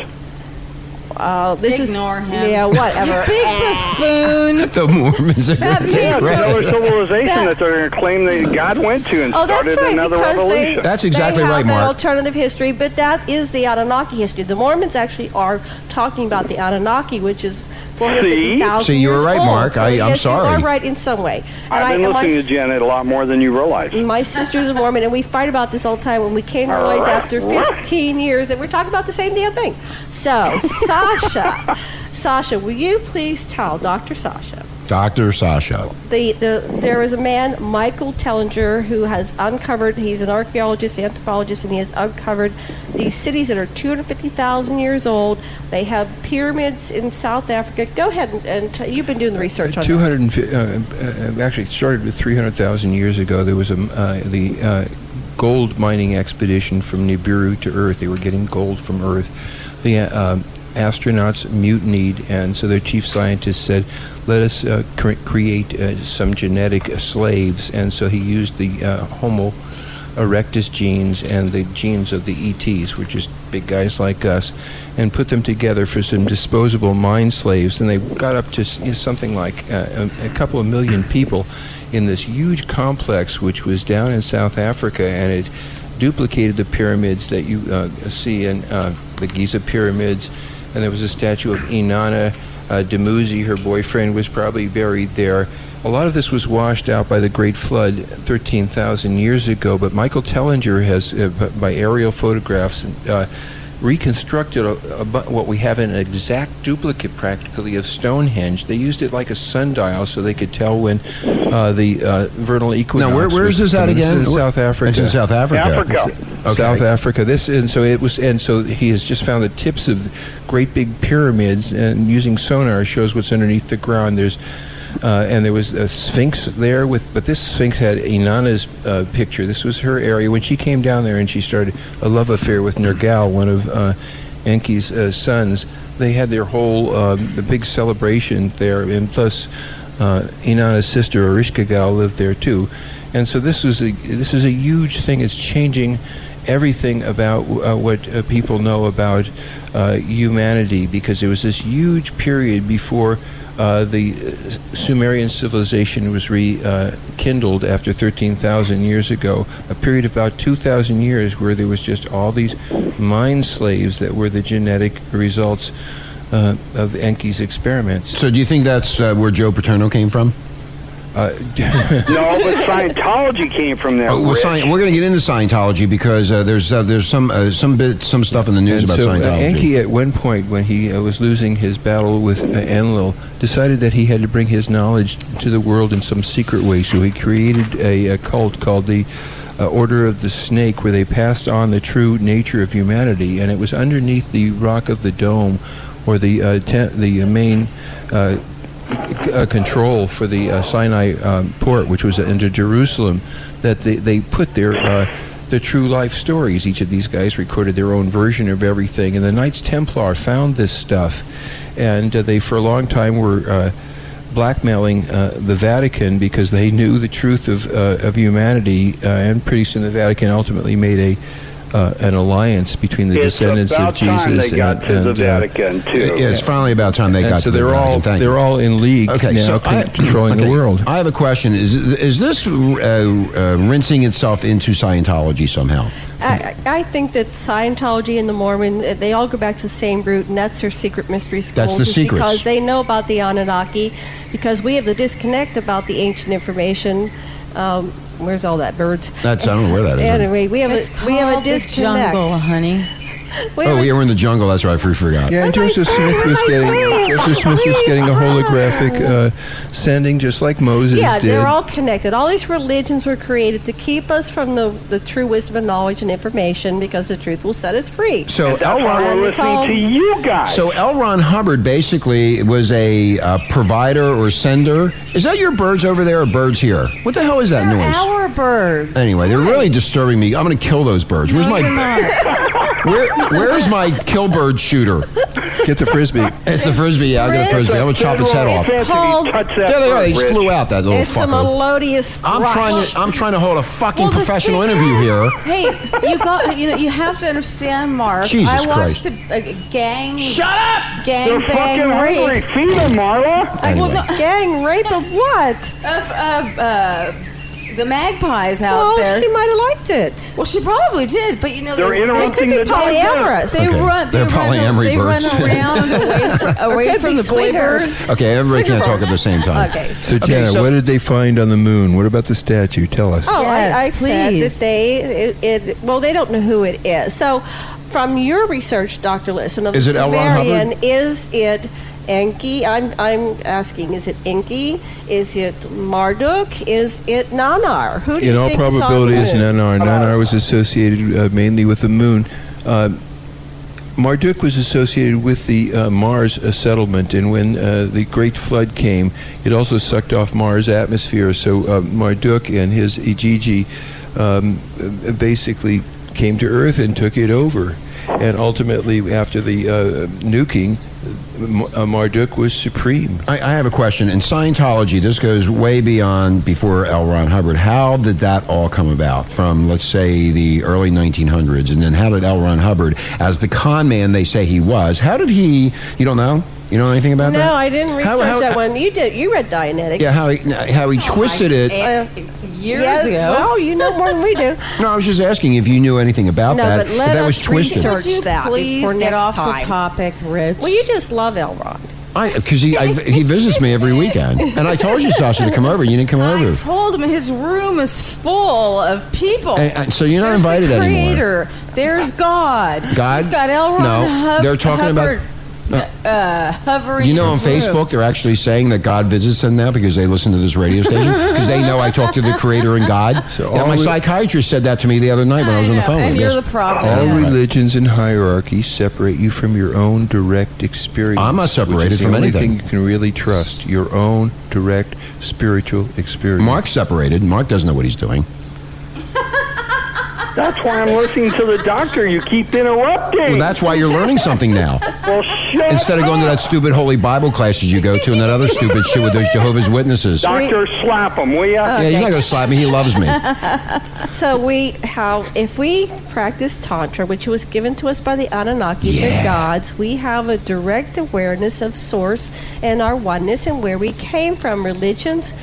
Uh, this Ignore is him. yeah, whatever. You big buffoon. The Mormons are That gonna man take It's credit. another civilization that, they're going to claim that God went to and Oh, that's started right. another because revolution. They, That's exactly they have right, that Mark. alternative history, but that is the Anunnaki history. The Mormons actually are talking about the Anunnaki, which is 450,000 See, you were years right, old. Mark. So, I- I'm yes, sorry. You are right in some way. And I- I've been and my listening to Janet a lot more than you realize. My sister's a Mormon, and we fight about this all the time. When we came to realize after 15 years that we're talking about the same damn thing. So, Sasha, Sasha, will you please tell Dr. Sasha? Dr. Sasha. The, the there is a man, Michael Tellinger, who has uncovered. He's an archaeologist, anthropologist, and he has uncovered these cities that are 250,000 years old. They have pyramids in South Africa. Go ahead and, and t- you've been doing the research on that. 250, uh, uh, actually it started with 300,000 years ago. There was a, m- uh, the uh, gold mining expedition from Nibiru to Earth. They were getting gold from Earth. the um astronauts mutinied, and so their chief scientist said, "Let us uh, cre- create uh, some genetic uh, slaves." And so he used the uh, Homo erectus genes and the genes of the ETs, which is big guys like us, and put them together for some disposable mind slaves. And they got up to s- you know, something like uh, a, a couple of million people in this huge complex, which was down in South Africa, and it duplicated the pyramids that you uh, see in uh, the Giza pyramids. And there was a statue of Inanna uh, Dumuzi, her boyfriend, was probably buried there. A lot of this was washed out by the Great Flood 13,000 years ago, but Michael Tellinger has, uh, b- by aerial photographs, uh, reconstructed a, a, bu- what we have an exact duplicate practically of Stonehenge. They used it like a sundial so they could tell when uh, the uh, vernal equinox. Now, where- where was is this at coming. again? This is in South Africa. It's in South Africa. Africa. It's- South Africa. This and so it was, and so he has just found the tips of great big pyramids, and using sonar shows what's underneath the ground. There's uh, and there was a sphinx there with, but this sphinx had Inanna's uh, picture. This was her area when she came down there and she started a love affair with Nergal, one of uh, Enki's uh, sons. They had their whole um, the big celebration there, and plus uh, Inanna's sister Erishkigal lived there too. And so this is a this is a huge thing. It's changing everything about uh, what uh, people know about uh, humanity because there was this huge period before uh, the uh, Sumerian civilization was rekindled after 13,000 years ago, a period of about 2,000 years where there was just all these mind slaves that were the genetic results uh, of Enki's experiments. So, do you think that's uh, where Joe Paterno came from? Uh, No, but Scientology came from there. Oh, well, Rick. sci- we're going to get into Scientology because uh, there's uh, there's some uh, some bit some stuff in the news And about so, uh, Scientology. Enki, at one point, when he uh, was losing his battle with uh, Enlil, decided that he had to bring his knowledge to the world in some secret way. So he created a, uh cult called the uh, Order of the Snake, where they passed on the true nature of humanity, and it was underneath the rock of the dome, or the uh, ten- the uh, main. Uh, c- uh, control for the uh, Sinai um, port, which was into Jerusalem, that they, they put their uh, the true life stories. Each of these guys recorded their own version of everything, and the Knights Templar found this stuff, and uh, they for a long time were. Uh, Blackmailing uh, the Vatican because they knew the truth of, uh, of humanity, uh, and pretty soon the Vatican ultimately made a uh, an alliance between the It's descendants about of Jesus time they got and, to the and, uh, Vatican too. Yeah, it's finally about time they And got so to the they're all- Vatican. Thank they're you. all in league okay, now, so con- I- controlling the okay, world. I have a question: Is is this uh, uh, rinsing itself into Scientology somehow? I, I I think that Scientology and the Mormon, uh, they all go back to the same root, and that's their secret mystery schools. the is secrets. Because they know about the Anunnaki, because we have the disconnect about the ancient information. Um, where's all that birds? That's I don't know where that is. Anyway, we have It's a we have a called the disconnect. jungle, honey. We oh, have a we were in the jungle. That's right. We forgot. Yeah, and Joseph Smith was getting Joseph Smith was getting a holographic uh, sending, just like Moses Yeah, did. they're all connected. All these religions were created to keep us from the, the true wisdom and knowledge and information because the truth will set us free. So and L. Ron- it's all- you guys. So L. Ron Hubbard basically was a uh, provider or sender. Is that your birds over there or birds here? What the hell is that noise? Our bird. Anyway, they're really disturbing me. I'm going to kill those birds. Where's No, my you're not. where Where's my kill bird shooter? Get the frisbee. It's a frisbee. Yeah, I got a Frisbee. frisbee. I'm going to chop its head off. It's called. There they are. They just flew out. That little It's a fucker. melodious. I'm thrush. trying to. I'm trying to hold a fucking Well, the professional thing interview is- here. Hey, you go. You know, you have to understand, Mark. Jesus I watched Christ. a, a gang. Shut up! Gang They're fucking bang hungry. rape. Feed them, Marla. I- well, no, Gang rape of what? of of uh, the magpies out Well, there. she might have liked it. well, she probably did, but you know They're they, they interrupting could be the polyamorous. They Okay, run. They they're run, polyamory they run birds. around away from, Or away could from be the boy swingers. birds. Okay, everybody can't talk at the same time. Okay. So, Jenna, so- what did they find on the moon? What about the statue? Tell us. Oh, Yes, I, I said please. that they, it, it, well, they don't know who it is. So, from your research, Dr. Lisson, of Is the it L. Ron Sumerian, is it Enki? I'm, I'm asking, is it Enki? Is it Marduk? Is it Nanar? Who do in you all think is on the probability, it's moon? Nanar. Nanar was associated uh, mainly with the moon. Uh, Marduk was associated with the uh, Mars uh, settlement, and when uh, the Great Flood came, it also sucked off Mars' atmosphere. So uh, Marduk and his Igigi um, uh, basically came to Earth and took it over. and ultimately after the uh, nuking, M- uh, Marduk was supreme. I, I have a question. In Scientology, this goes way beyond before L. Ron Hubbard. How did that all come about from, let's say, the early 1900s? And then how did L. Ron Hubbard, as the con man they say he was, how did he, you don't know? You know anything about that? No, I didn't research How- how- that one. You did. You read Dianetics. Yeah, how he, how he twisted it. Oh, years ago. Well, you know more than we do. No, I was just asking if you knew anything about No, that. but let if that us was twisted. research Would you that please before get next off the time. topic, Rich. Well, you just love Elrod. Because he I, he visits me every weekend, and I told you Sasha to come over, and you didn't come over. told him his room is full of people. And- and so you're not There's invited the anymore. creator. There's God. God? He's got L. Ron No, Hub- they're talking about- Hubbard, uh, hovering. You know, in on his room. Facebook, they're actually saying that God visits them now because they listen to this radio station because they know I talk to the Creator and God. yeah, all my we- psychiatrist said that to me the other night when I Oh. was on the phone. and with him. you're Yes. the prophet. All Yeah. religions and hierarchies separate you from your own direct experience. I'm not separated which is from the only anything. thing you can really trust your own direct spiritual experience. Mark's separated. Mark doesn't know what he's doing. That's why I'm listening to the doctor. You keep Well, interrupting. that's why you're learning something now. Well, shit. Instead of going to that stupid holy Bible classes you go to and that other stupid shit with those Jehovah's Witnesses. Oh, Doctor, slap him, will ya? Yeah, he's not going to slap me. He loves me. So we how if we practice tantra, which was given to us by the Anunnaki, Yeah. the gods, we have a direct awareness of source and our oneness and where we came from. Religions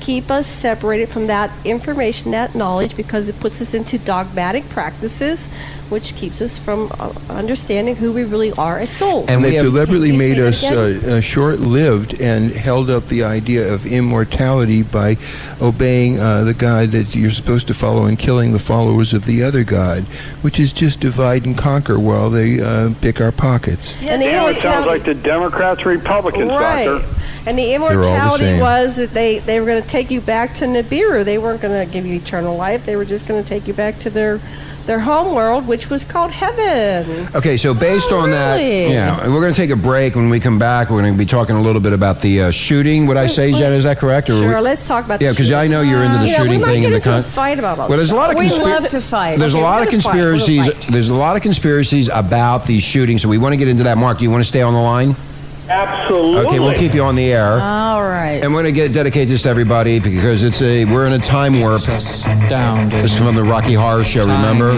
keep us separated from that information, that knowledge, because it puts us into dogmatic practices, which keeps us from uh, understanding who we really are as souls. And they've deliberately Can you made say that us again? uh, uh, short-lived and held up the idea of immortality by obeying uh, the god that you're supposed to follow and killing the followers of the other god, which is just divide and conquer while they uh, pick our pockets. And the Now it sounds immortality- like the Democrats and Republicans, right. doctor. And the all the immortality same. was that they, they were going to take you back to Nibiru. They weren't going to give you eternal life. They were just going to take you back to their their home world, which was called heaven. Okay, so based on that, really? yeah, and we're going to take a break. When we come back, we're going to be talking a little bit about the uh, shooting. Would I say, Jen? Is that correct? Sure, we- let's talk about the Yeah, because I know you're into the You know, we shooting might thing get and the into con- a fight about all Well, there's a this lot of stuff. conspira- There's a Okay, lot of we're gonna fight. We're gonna conspiracies. fight. There's a lot of conspiracies about these shootings, so we want to get into that. Mark, do you want to stay on the line? Absolutely. Okay, we'll keep you on the air. All right. And we're going to get dedicate this to everybody because it's a we're in a time warp. This is from the Rocky Horror Show. Remember?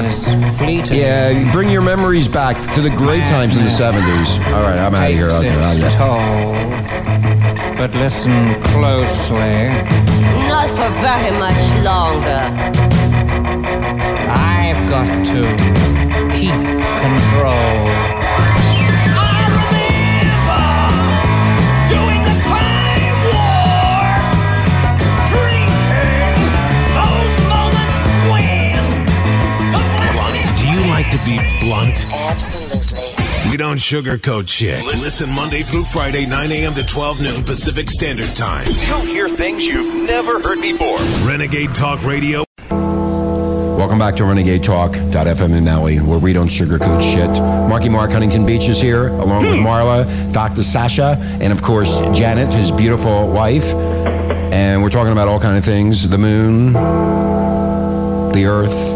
Yeah, bring your memories back to the great times in the seventies. All right, I'm out of here. I'll- I'll- Takes its toll. But listen closely. Not for very much longer. I've got to keep control. Doing the time war, drinking those moments when Blunt. Do you like to be blunt? Absolutely. We don't sugarcoat shit. Listen Monday through Friday, 9 a.m. to 12 noon Pacific Standard Time. You'll hear things you've never heard before. Renegade Talk Radio. Welcome back to Renegade Talk.fm in Maui, where we don't sugarcoat shit. Marky Mark Huntington Beach is here, along with Marla, Dr. Sasha, and of course Janet, his beautiful wife. And we're talking about all kind of things: the moon, the Earth,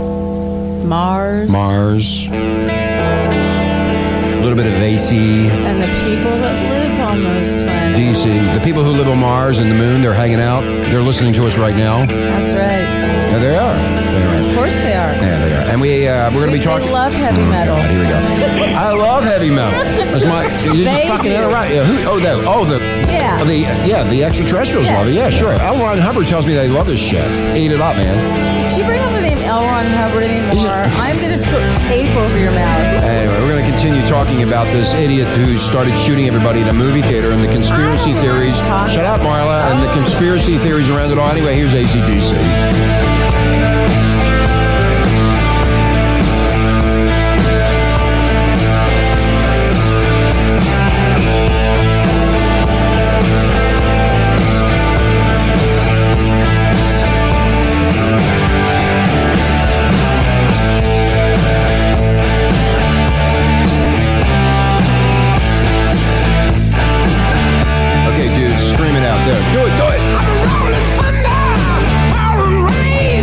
Mars Mars, a little bit of AC, and the people that live on those planets. DC. The people who live on Mars and the moon, they're hanging out. They're listening to us right now. That's right. Yeah, they are. They are. Of course they are. Yeah, they are. And we uh, we're going to We- be they talking. love heavy Oh, metal. God, here we go. I love heavy metal. That's my. You just They fucking do. interrupt- Yeah, who, oh, that. Oh, the. Yeah. The yeah the extraterrestrials love it. Yeah, sure. L. Ron Hubbard tells me they love this shit. Eat it up, man. If you bring up the name L. Ron Hubbard anymore, I'm going to put tape over your mouth. Anyway, we're going to continue talking about this idiot who started shooting everybody in a movie theater and the conspiracy Oh theories. Shut up, Marla. And the conspiracy theories around it all. Anyway, here's ACDC. Okay, dude, scream it out there. Do it, do it. rolling thunder, pouring rain,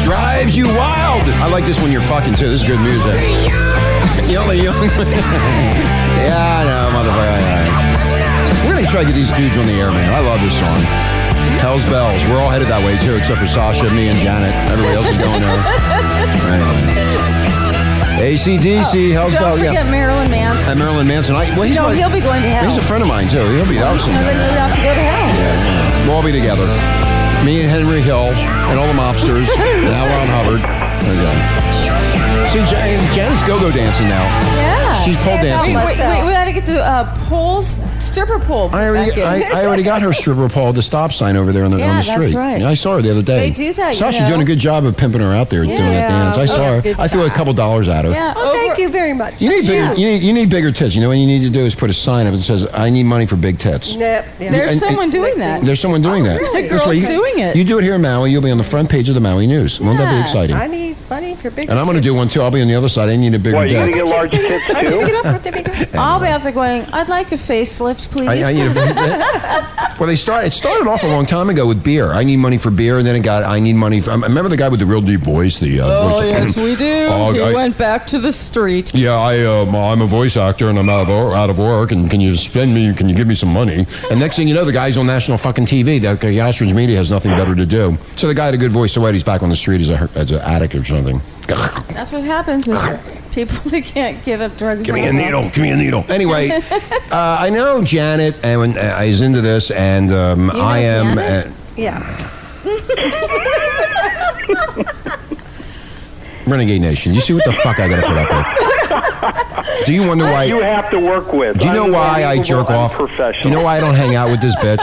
drives you wild. I like this when you're fucking too. This is good music. Yola, yola. yeah, I know, motherfucker. I know. We're gonna try to get these dudes on the air, man. I love this song. Hell's bells. We're all headed that way too, except for Sasha, me, and Janet. Everybody else is going there. Anyway. ACDC, Hell's Oh, Don't bells. yeah. forget Marilyn Manson. And Marilyn Manson. I, well, he's No, my- he'll be going to hell. He's a friend of mine too. He'll be awesome. No, then you'll have to go to hell. We'll all be together. Me and Henry Hill and all the mobsters. now Ron Hubbard. There you go. See, Jan- Janet's go-go dancing now. Yeah. She's pole dancing. Wait, wait, wait, we gotta get to uh, poles, stripper pole. I already, I, I already got her stripper pole, the stop sign over there on the, on Yeah, the that's street. right. Yeah, I saw her the other day. They do that, you Sasha's know. doing a good job of pimping her out there doing that Yeah. dance. I saw Oh, her. good I threw a couple dollars at her. Yeah. Oh, thank you very much. You need, bigger, Yeah. you, need, you need bigger tits. You know what you need to do is put a sign up that says, I need money for big tits. Yep, yeah. There's And- someone and- doing that. There's someone doing that. Oh, really? This way Girls doing it. You do it here in Maui, you'll be on the front page of the Maui News. Won't that be Yeah. exciting? I need money for big. and I'm going to do one too. I'll be on the other side. I need a bigger What, you dick. gonna get large tits too? I'll be out there going, I'd like a facelift, please. I, I need a, well, they start. It started off a long time ago with beer. I need money for beer, and then it got. I need money. For, I remember the guy with the real deep voice. The uh, oh, voice- yes, we do. Oh, he I- went back to the street. Yeah, I um, I'm a voice actor and I'm out of, out of work. And can you spend me? Can you give me some money? And next thing you know, the guy's on national fucking TV. That guy, Astridge Media has nothing better to do. So the guy had a good voice. So what? He's back on the street as a as an addict or something. That's what happens with people that can't give up drugs. Give me a right now. needle. Give me a needle. Anyway, uh, I know Janet and uh, is into this, and um, know I am. Janet? Uh, Yeah. Renegade Nation. You see what the fuck I gotta put up with? Do you wonder why? You have to work with. do you know why I jerk off? Do you know why I don't hang out with this bitch?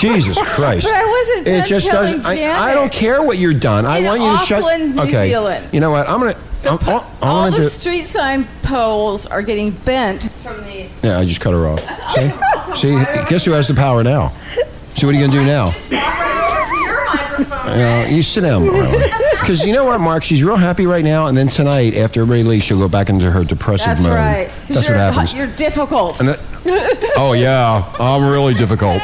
Jesus Christ! But I wasn't done telling Janet. I, I don't care what you're done. I In want you to shut. Auckland, New okay. Zealand. You know what? I'm gonna. I'm, all, all All I'm gonna the do. street sign poles are getting bent from the. yeah, I just cut her off. See? See? Guess who has the power now? See what are you gonna do now? Uh, you sit down, Marla. Because you know what, Mark? She's real happy right now, and then tonight, after everybody leaves, she'll go back into her depressive That's mode. right. 'Cause That's you're, what happens. You're difficult. And that- oh yeah, I'm really difficult.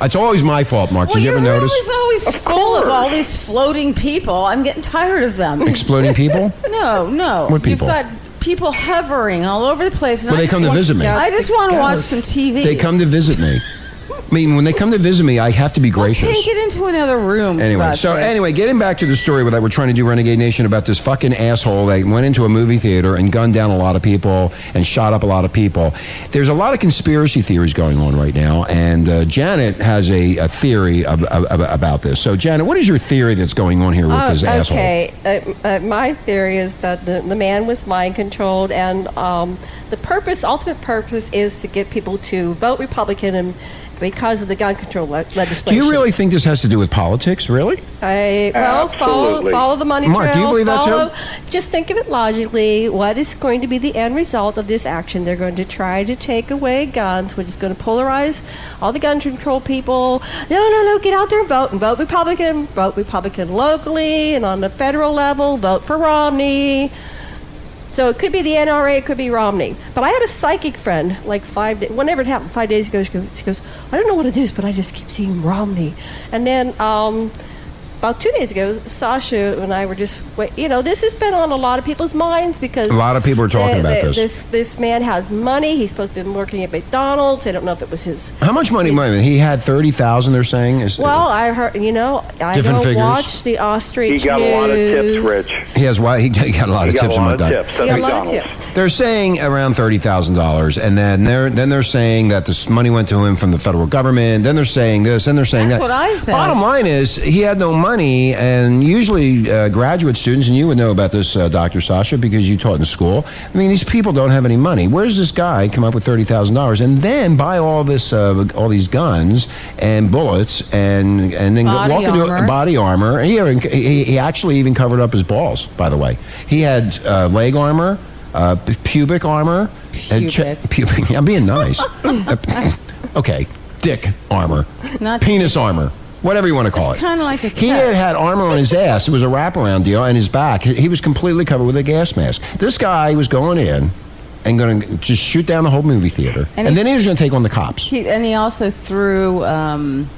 It's always my fault, Mark. well, Did you your ever room notice is always full of all these floating people. I'm getting tired of them. exploding people? No, no. What people? You've got people hovering all over the place. and Well, I they just come to want- visit me. I just want to watch some TV. They come to visit me. I mean, when they come to visit me, I have to be gracious. Take it into another room. Anyway, Russ. so anyway, getting back to the story that we're trying to do, Renegade Nation, about this fucking asshole that went into a movie theater and gunned down a lot of people and shot up a lot of people. There's a lot of conspiracy theories going on right now, and uh, Janet has a, a theory of, of, of- about this. So, Janet, what is your theory that's going on here with Oh, this asshole? okay. Uh, uh, my theory is that the, the man was mind controlled, and um, the purpose, ultimate purpose, is to get people to vote Republican, and because of the gun control le- Do legislation. you really think this has to do with politics? Really? I, well, follow, Absolutely. follow the money Mark, trail. do you believe that too? follow, Just think of it logically. What is going to be the end result of this action? They're going to try to take away guns, which is going to polarize all the gun control people. No, no, no, get out there and vote and vote Republican. Vote Republican locally and on the federal level. Vote for Romney. So it could be the NRA, it could be Romney. But I had a psychic friend, like five, day, whenever it happened, five days ago, she goes, she goes, I don't know what it is, but I just keep seeing Romney. And then um, about two days ago, Sasha and I were just, wait, you know, this has been on a lot of people's minds because A lot of people are talking the- about the- this. this. This man has money. He's supposed to be working at McDonald's. I don't know if it was his. How much money? money? He had thirty thousand. They're saying. Is, Well, I heard, you know, I Different don't figures. watch the ostrich He got a lot of tips, news. Rich. he has. Why he got a lot He of got tips. a and lot of whatnot. tips He at got a lot of McDonald's. tips. They're saying around thirty thousand dollars, and then they're then they're saying that this money went to him from the federal government. Then they're saying this, and they're saying That's that. what I said. Bottom line is he had no money, and usually uh, graduate students, and you would know about this, uh, Doctor Sasha, because you taught in school. I mean, these people don't have any money. Where's this guy come up with thirty thousand dollars and then buy all this, uh, all these guns and bullets, and and then Body walk into a armor. body armor? He, even- he he actually even covered up his balls. By the way, he had uh, leg armor uh, p- pubic armor. And che- pubic. I'm being nice. Uh, okay, dick armor, Not- penis armor, whatever you want to call It's it. kind of like a He had, cat. had armor on his ass. It was a wraparound deal, and his back. He he was completely covered with a gas mask. This guy was going in and going to just shoot down the whole movie theater, and, And he- then he was going to take on the cops. He, and he also threw um,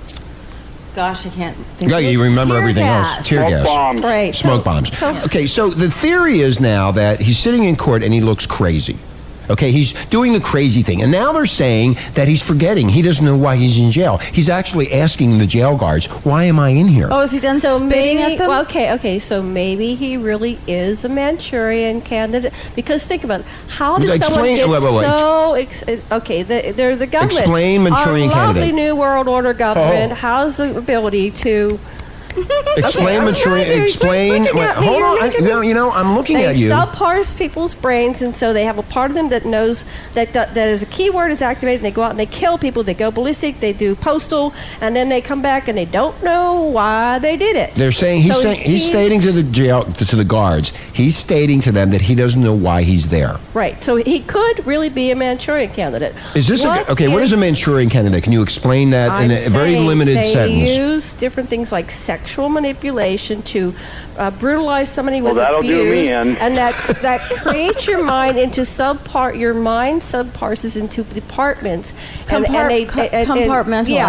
Gosh, I can't think Yeah, of it. you remember Tear everything gas. else. Tear gas. Right. Smoke So- bombs. so- okay, so the theory is now that he's sitting in court and he looks crazy. Okay, he's doing the crazy thing. And now they're saying that he's forgetting. He doesn't know why he's in jail. He's actually asking the jail guards, why am I in here? Oh, is he done so spitting maybe, at them? well, okay, okay. So maybe he really is a Manchurian candidate. Because think about it. How does Explain- someone get wait, wait, wait. so... Ex- eh, okay, the, there's a government. Explain Manchurian Our lovely candidate. New World Order government Oh. has the ability to... Okay, Explain I'm trying Manchurian. to- Explain. You're looking wait, at me, hold you're on. I, making me- no, you know, I'm looking they at you. subparse people's brains, and so they have a part of them that knows that that, that is a keyword is activated. And they go out and they kill people. They go ballistic. They do postal, and then they come back and they don't know why they did it. They're saying he's So saying he's, stating to the jail to the guards. He's stating to them that he doesn't know why he's there. right. So he could really be a Manchurian candidate. Is this a, okay? what is a Manchurian candidate? Can you explain that in I'm a very saying limited they sentence? use different things like sexual manipulation to uh, brutalize somebody Well, with that'll abuse, do me in. and that that creates your mind into subpart. Your mind subparses into departments, and, Compart- and they co- and- and- Yeah,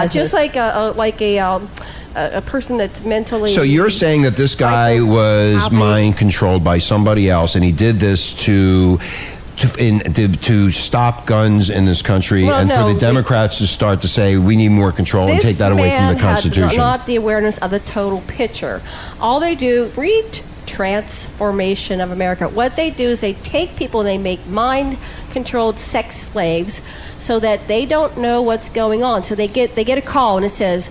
compartmentalizes. just like a, a like a. Um, a a person that's mentally So you're saying that this guy was mind controlled by somebody else, and he did this to. To, in, to, to stop guns in this country Well, and no, for the it- Democrats to start to say we need more control and this take that away from man the had Constitution. not the awareness of the total picture. All they do, read Transformation of America. What they do is they take people and they make mind controlled sex slaves so that they don't know what's going on. So they get they get a call and it says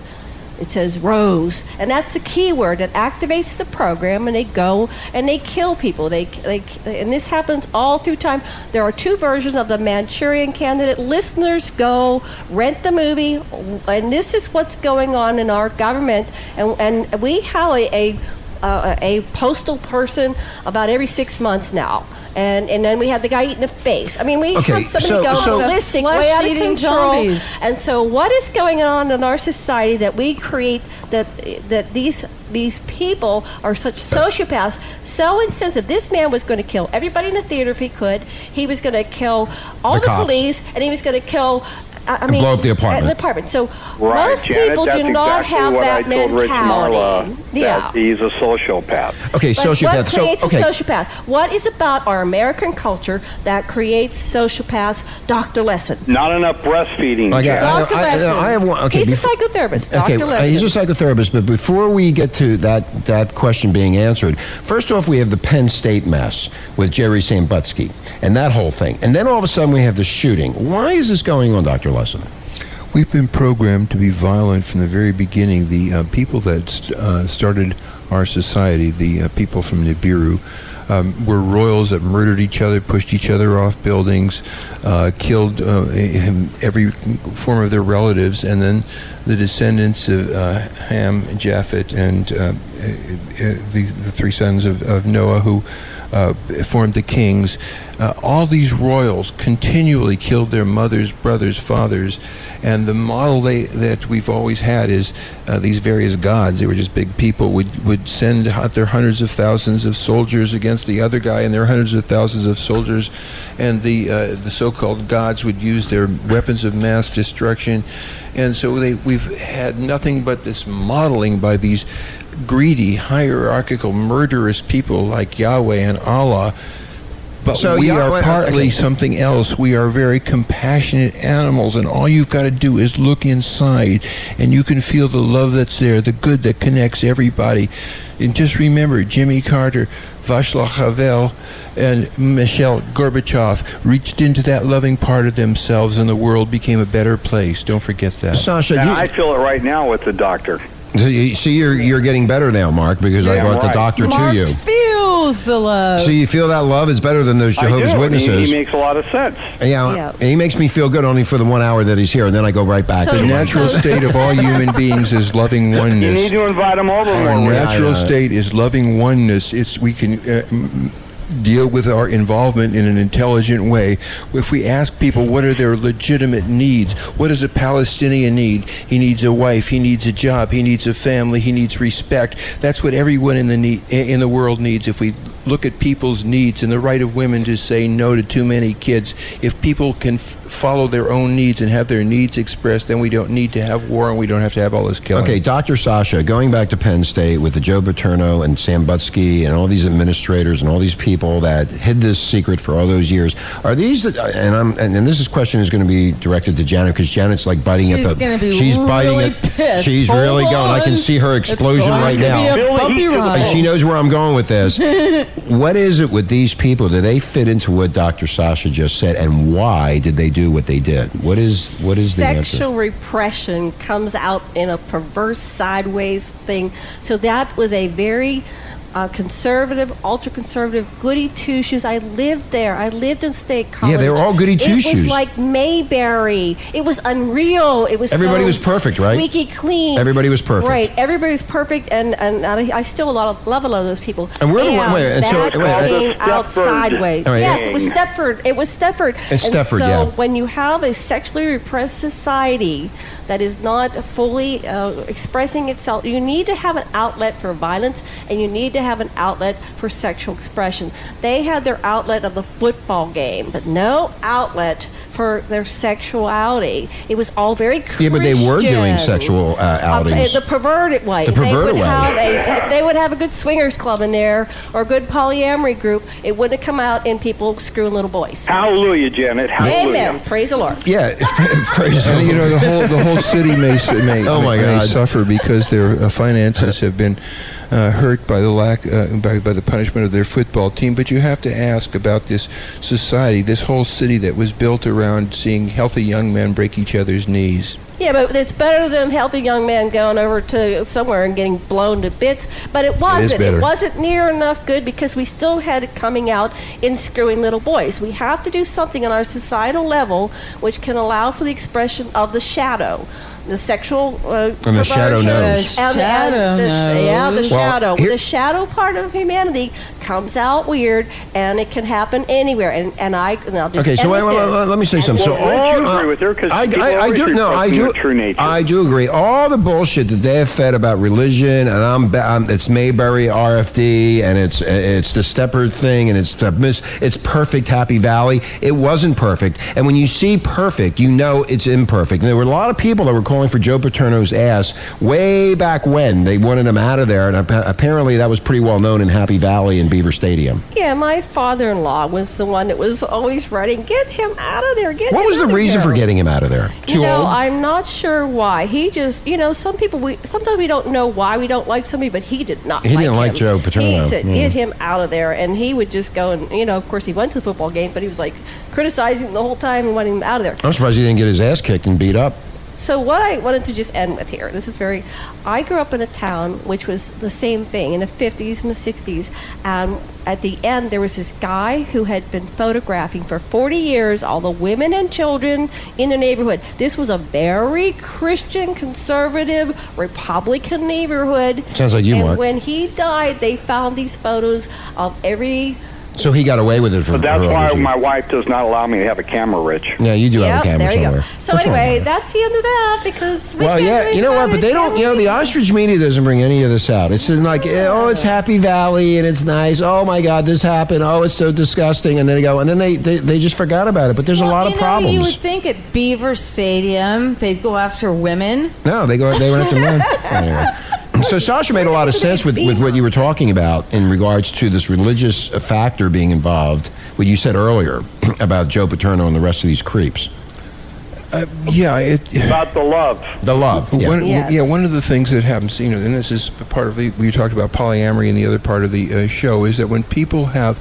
it says Rose, and that's the key word that activates the program, and they go and they kill people. They, they and this happens all through time. There are two versions of the Manchurian Candidate. Listeners, go rent the movie, and this is what's going on in our government, and and we have a. a uh, a postal person about every six months now, and and then we had the guy eating a face. I mean, we Okay, have somebody so- go so- ballistic, Flesh way out of eating control, zombies. and so, what is going on in our society that we create that that these these people are such sociopaths, so insensitive? This man was going to kill everybody in the theater if he could. He was going to kill all The the, cops. police, and he was going to kill. I I And mean, blow up the uh, apartment. apartment. So Right, most Janet, people that's do not exactly have what that I told Rich Marla, that mentality. yeah. he's a sociopath. Okay, But sociopath. What creates so, okay. a sociopath? What is about our American culture that creates sociopaths? Dr. Lesson. Not enough breastfeeding. I got- Jack. Dr. I- I- Lesson. I have one- okay, He's before- a psychotherapist. Okay, Dr. uh, Lesson. he's a psychotherapist, but before we get to that, that question being answered, first off, we have the Penn State mess with Jerry Sambutsky and that whole thing. And then all of a sudden we have the shooting. Why is this going on, Dr. Lesson? We've been programmed to be violent from the very beginning. The uh, people that st- uh, started our society, the uh, people from Nibiru, um, were royals that murdered each other, pushed each other off buildings, uh, killed uh, him- every form of their relatives, and then the descendants of uh, Ham, Japhet, and uh, uh, the, the three sons of, of Noah who uh, formed the kings. Uh, all these royals continually killed their mothers, brothers, fathers, and the model they, that we've always had is uh, these various gods. They were just big people would would send out their hundreds of thousands of soldiers against the other guy and their hundreds of thousands of soldiers, and the uh, the so-called gods would use their weapons of mass destruction, and so they we've had nothing but this modeling by these greedy, hierarchical, murderous people like Yahweh and Allah. But So we Yahweh- are partly okay. something else. We are very compassionate animals, and all you've got to do is look inside, and you can feel the love that's there, the good that connects everybody. And just remember Jimmy Carter, Václav Havel, and Michelle Gorbachev reached into that loving part of themselves, and the world became a better place. Don't forget that. Sasha, And you, I feel it right now with the doctor. so you- see, you're, you're getting better now, Mark, because I Yeah, brought the right. doctor Mark to you. feels the love. So you feel that love? It's better than those I Jehovah's do, and Witnesses. He, he makes a lot of sense. yeah, Yes. he makes me feel good only for the one hour that he's here, and then I go right back. So- to The my- natural state of all human beings is loving You need oneness. to invite him over Our more. Rich. natural yeah. state is loving oneness. It's we can uh, m- deal with our involvement in an intelligent way. If we ask people what are their legitimate needs, what does a Palestinian need? He needs a wife. He needs a job. He needs a family. He needs respect. That's what everyone in the need, in the world needs. If we look at people's needs and the right of women to say no to too many kids. If people can f- follow their own needs and have their needs expressed, then we don't need to have war and we don't have to have all this killing. Okay, Dr. Sasha, going back to Penn State with the Joe Paterno and Sam Butsky and all these administrators and all these people that hid this secret for all those years, are these? the- And I'm and, and this is question is going to be directed to Janet because Janet's like biting She's at the. gonna be she's biting really at. pissed. She's Hold really going. I on. can see her It's explosion going right to be now. a bumpy ride. And she knows where I'm going with this. what is it with these people? Do they fit into what Dr. Sasha just said, and why did they do what they did? What is what is the answer? sexual repression comes out in a perverse sideways thing. So that was a very uh, conservative, ultra conservative, goody two shoes. I lived there. I lived in state college. Yeah, they were all goody It was two-shoes. like Mayberry. It was unreal. It was Everybody so was perfect, right? Squeaky clean. Everybody was perfect. Right. Everybody was perfect, and and I, I still a lot of, love a lot of those people. And we're the one- wait, and so- that wait, uh, came out Stepford sideways. All right. Yes, it was Stepford. It was Stepford. It's and Stepford, so yeah. when you have a sexually repressed society that is not fully uh, expressing itself, you need to have an outlet for violence and you need to have an outlet for sexual expression. They had their outlet of the football game, but no outlet for their sexuality. It was all very Christian. Yeah, but they were doing sexual uh, Uh, outings. the perverted way. The If they perverted would way. have a- if they would have a good swingers club in there or a good polyamory group, it wouldn't have come out in people screwing little boys. Hallelujah, Janet. Hallelujah. Amen. Praise the Lord. Yeah, praise and, you know the whole the whole city may s- may, Oh, my may God. suffer because their uh, finances have been uh, hurt by the lack uh, by, by the punishment of their football team. But you have to ask about this society, this whole city that was built around seeing healthy young men break each other's knees. Yeah, but it's better than healthy young man going over to somewhere and getting blown to bits. But it wasn't. It, better. wasn't near enough good because we still had it coming out in screwing little boys. We have to do something on our societal level which can allow for the expression of the shadow, the sexual. Uh, And the shadow perversion. knows. The And the- shadow and the, sh- Yeah, the knows. Well, shadow. here- the shadow part of humanity comes out weird, and it can happen anywhere. And and I and I'll just Okay, so end wait, with wait, this. wait, let me say something. So Well, I do all, uh, agree with her 'cause I, people I, I always do no, reflect I from do. their true nature. I do agree. All the bullshit that they have fed about religion and I'm, ba- I'm it's Mayberry RFD and it's it's the Stepper thing and it's the miss it's perfect Happy Valley. It wasn't perfect, and when you see perfect, you know it's imperfect. And there were a lot of people that were calling for Joe Paterno's ass way back when they wanted him out of there, and ap- apparently that was pretty well known in Happy Valley and Beaver Stadium. Yeah, my father-in-law was the one that was always running, "Get him out of there! Get What him was the out of reason there." for getting him out of there? Too you know, old. I'm not sure why. He just, you know, some people we sometimes we don't know why we don't like somebody, but he did not. He like didn't like him. Joe Paterno. He said, Mm. "Get him out of there!" And he would just go and, you know, of course, he went to the football game, but he was like criticizing the whole time and wanting him out of there. I'm surprised he didn't get his ass kicked and beat up. So what I wanted to just end with here, this is very, I grew up in a town which was the same thing in the 50s and the 60s. And at the end, there was this guy who had been photographing for 40 years all the women and children in the neighborhood. This was a very Christian, conservative, Republican neighborhood. Sounds like you, and Mark. when he died, they found these photos of every So he got away with it for. But that's for why others. my wife does not allow me to have a camera, Rich. Yeah, you do have a Yep, camera there you somewhere. go. So What's wrong anyway, with that's the end of that because that? we Well, can't yeah, really you know what? find But they don't. You know, the ostrich media doesn't bring any of this out. It's in like, eh, oh, it's Happy Valley and it's nice. Oh my God, this happened. Oh, it's so disgusting. And then they go, and then they they, they just forgot about it. But there's a lot you of know, problems. you would think at Beaver Stadium they'd go after women. No, they go. They went after men. Anyway. So Sasha made a lot of sense with, with what you were talking about in regards to this religious factor being involved. What you said earlier about Joe Paterno and the rest of these creeps. Uh, yeah, it, About the love. The love. Yeah. One, Yes. yeah, one of the things that happens, you know, and this is part of the, we talked about polyamory in the other part of the uh, show, is that when people have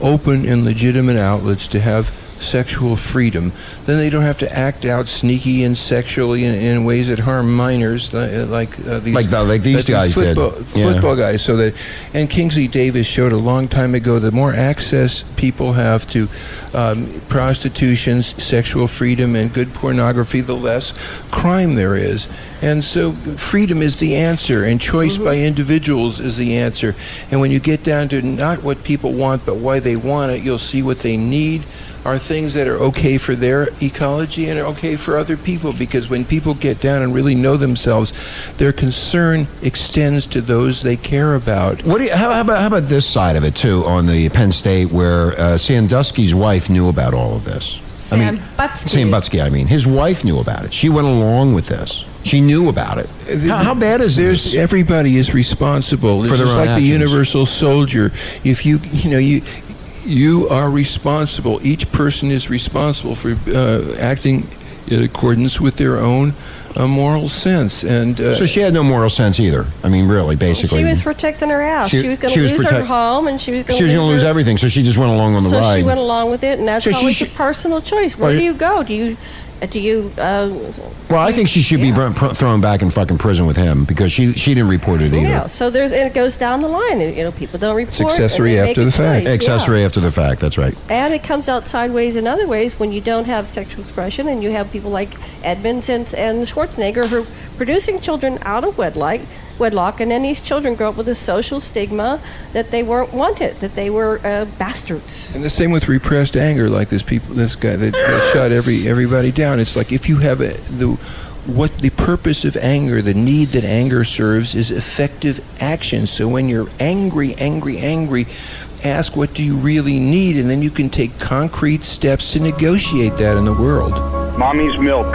open and legitimate outlets to have sexual freedom, then they don't have to act out sneaky and sexually in, in ways that harm minors, uh, like uh, these, Like the- like these that guys did. football, Yeah. football guys. So that, and Kingsley Davis showed a long time ago, the more access people have to um, prostitutions, sexual freedom, and good pornography, the less crime there is. And so, freedom is the answer, and choice by individuals is the answer. And when you get down to not what people want, but why they want it, you'll see what they need, are things that are okay for their ecology and are okay for other people because when people get down and really know themselves, their concern extends to those they care about. What do you, how, how about how about this side of it too on the Penn State where uh, Sandusky's wife knew about all of this? I mean, Sam Butsky. Sam Butsky. I mean, his wife knew about it. She went along with this. She knew about it. How, how bad is There's this? everybody is responsible. For It's their just own like actions. the universal soldier. If you you know you you are responsible. Each person is responsible for uh, acting in accordance with their own uh, moral sense. And uh, so she had no moral sense either. I mean, really, basically, She was protecting her ass. She- She, was going she to was lose her protect- home, and she was going she was to going to lose everything. So she just went along on the so ride. she went along with it, and that's So she always should- a personal choice. Where Well, do you go? Do you do you uh, well, I think she should be br- pr- thrown back in fucking prison with him because she she didn't report it either. yeah? So there's and it goes down the line. and, You know, people don't report. It's and accessory they make after a the fact. choice, yeah. Accessory after the fact. That's right. And it comes out sideways in other ways when you don't have sexual expression and you have people like Edmonds and, and Schwarzenegger who are producing children out of wedlock, wedlock, and then these children grow up with a social stigma that they weren't wanted, that they were uh, bastards. And the same with repressed anger, like this people, this guy that, that shot every everybody down. It's like if you have a, the what the purpose of anger, the need that anger serves is effective action. So when you're angry, angry, angry, ask what do you really need, and then you can take concrete steps to negotiate that in the world. Mommy's milk.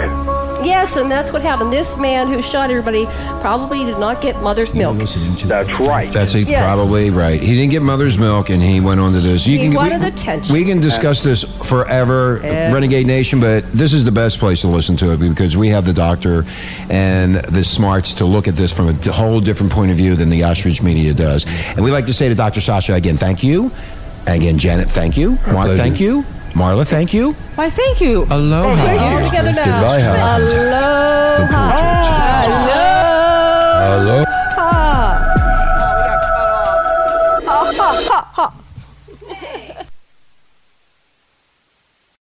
Yes, and that's what happened. This man who shot everybody probably did not get mother's Mm-hmm. milk. That's right. That's a- Yes. probably right. He didn't get mother's milk, and he went on to this. He wanted we, attention. We can discuss this forever, Yeah. Renegade Nation, but this is the best place to listen to it because we have the doctor and the smarts to look at this from a d- whole different point of view than the ostrich media does. And we like to say to Dr. Sasha again, thank you. And again, Janet, thank you. Mark, pleasure. thank you. Marla, thank you. Why, thank you. Aloha. All together now. Goodbye, Howard. Aloha.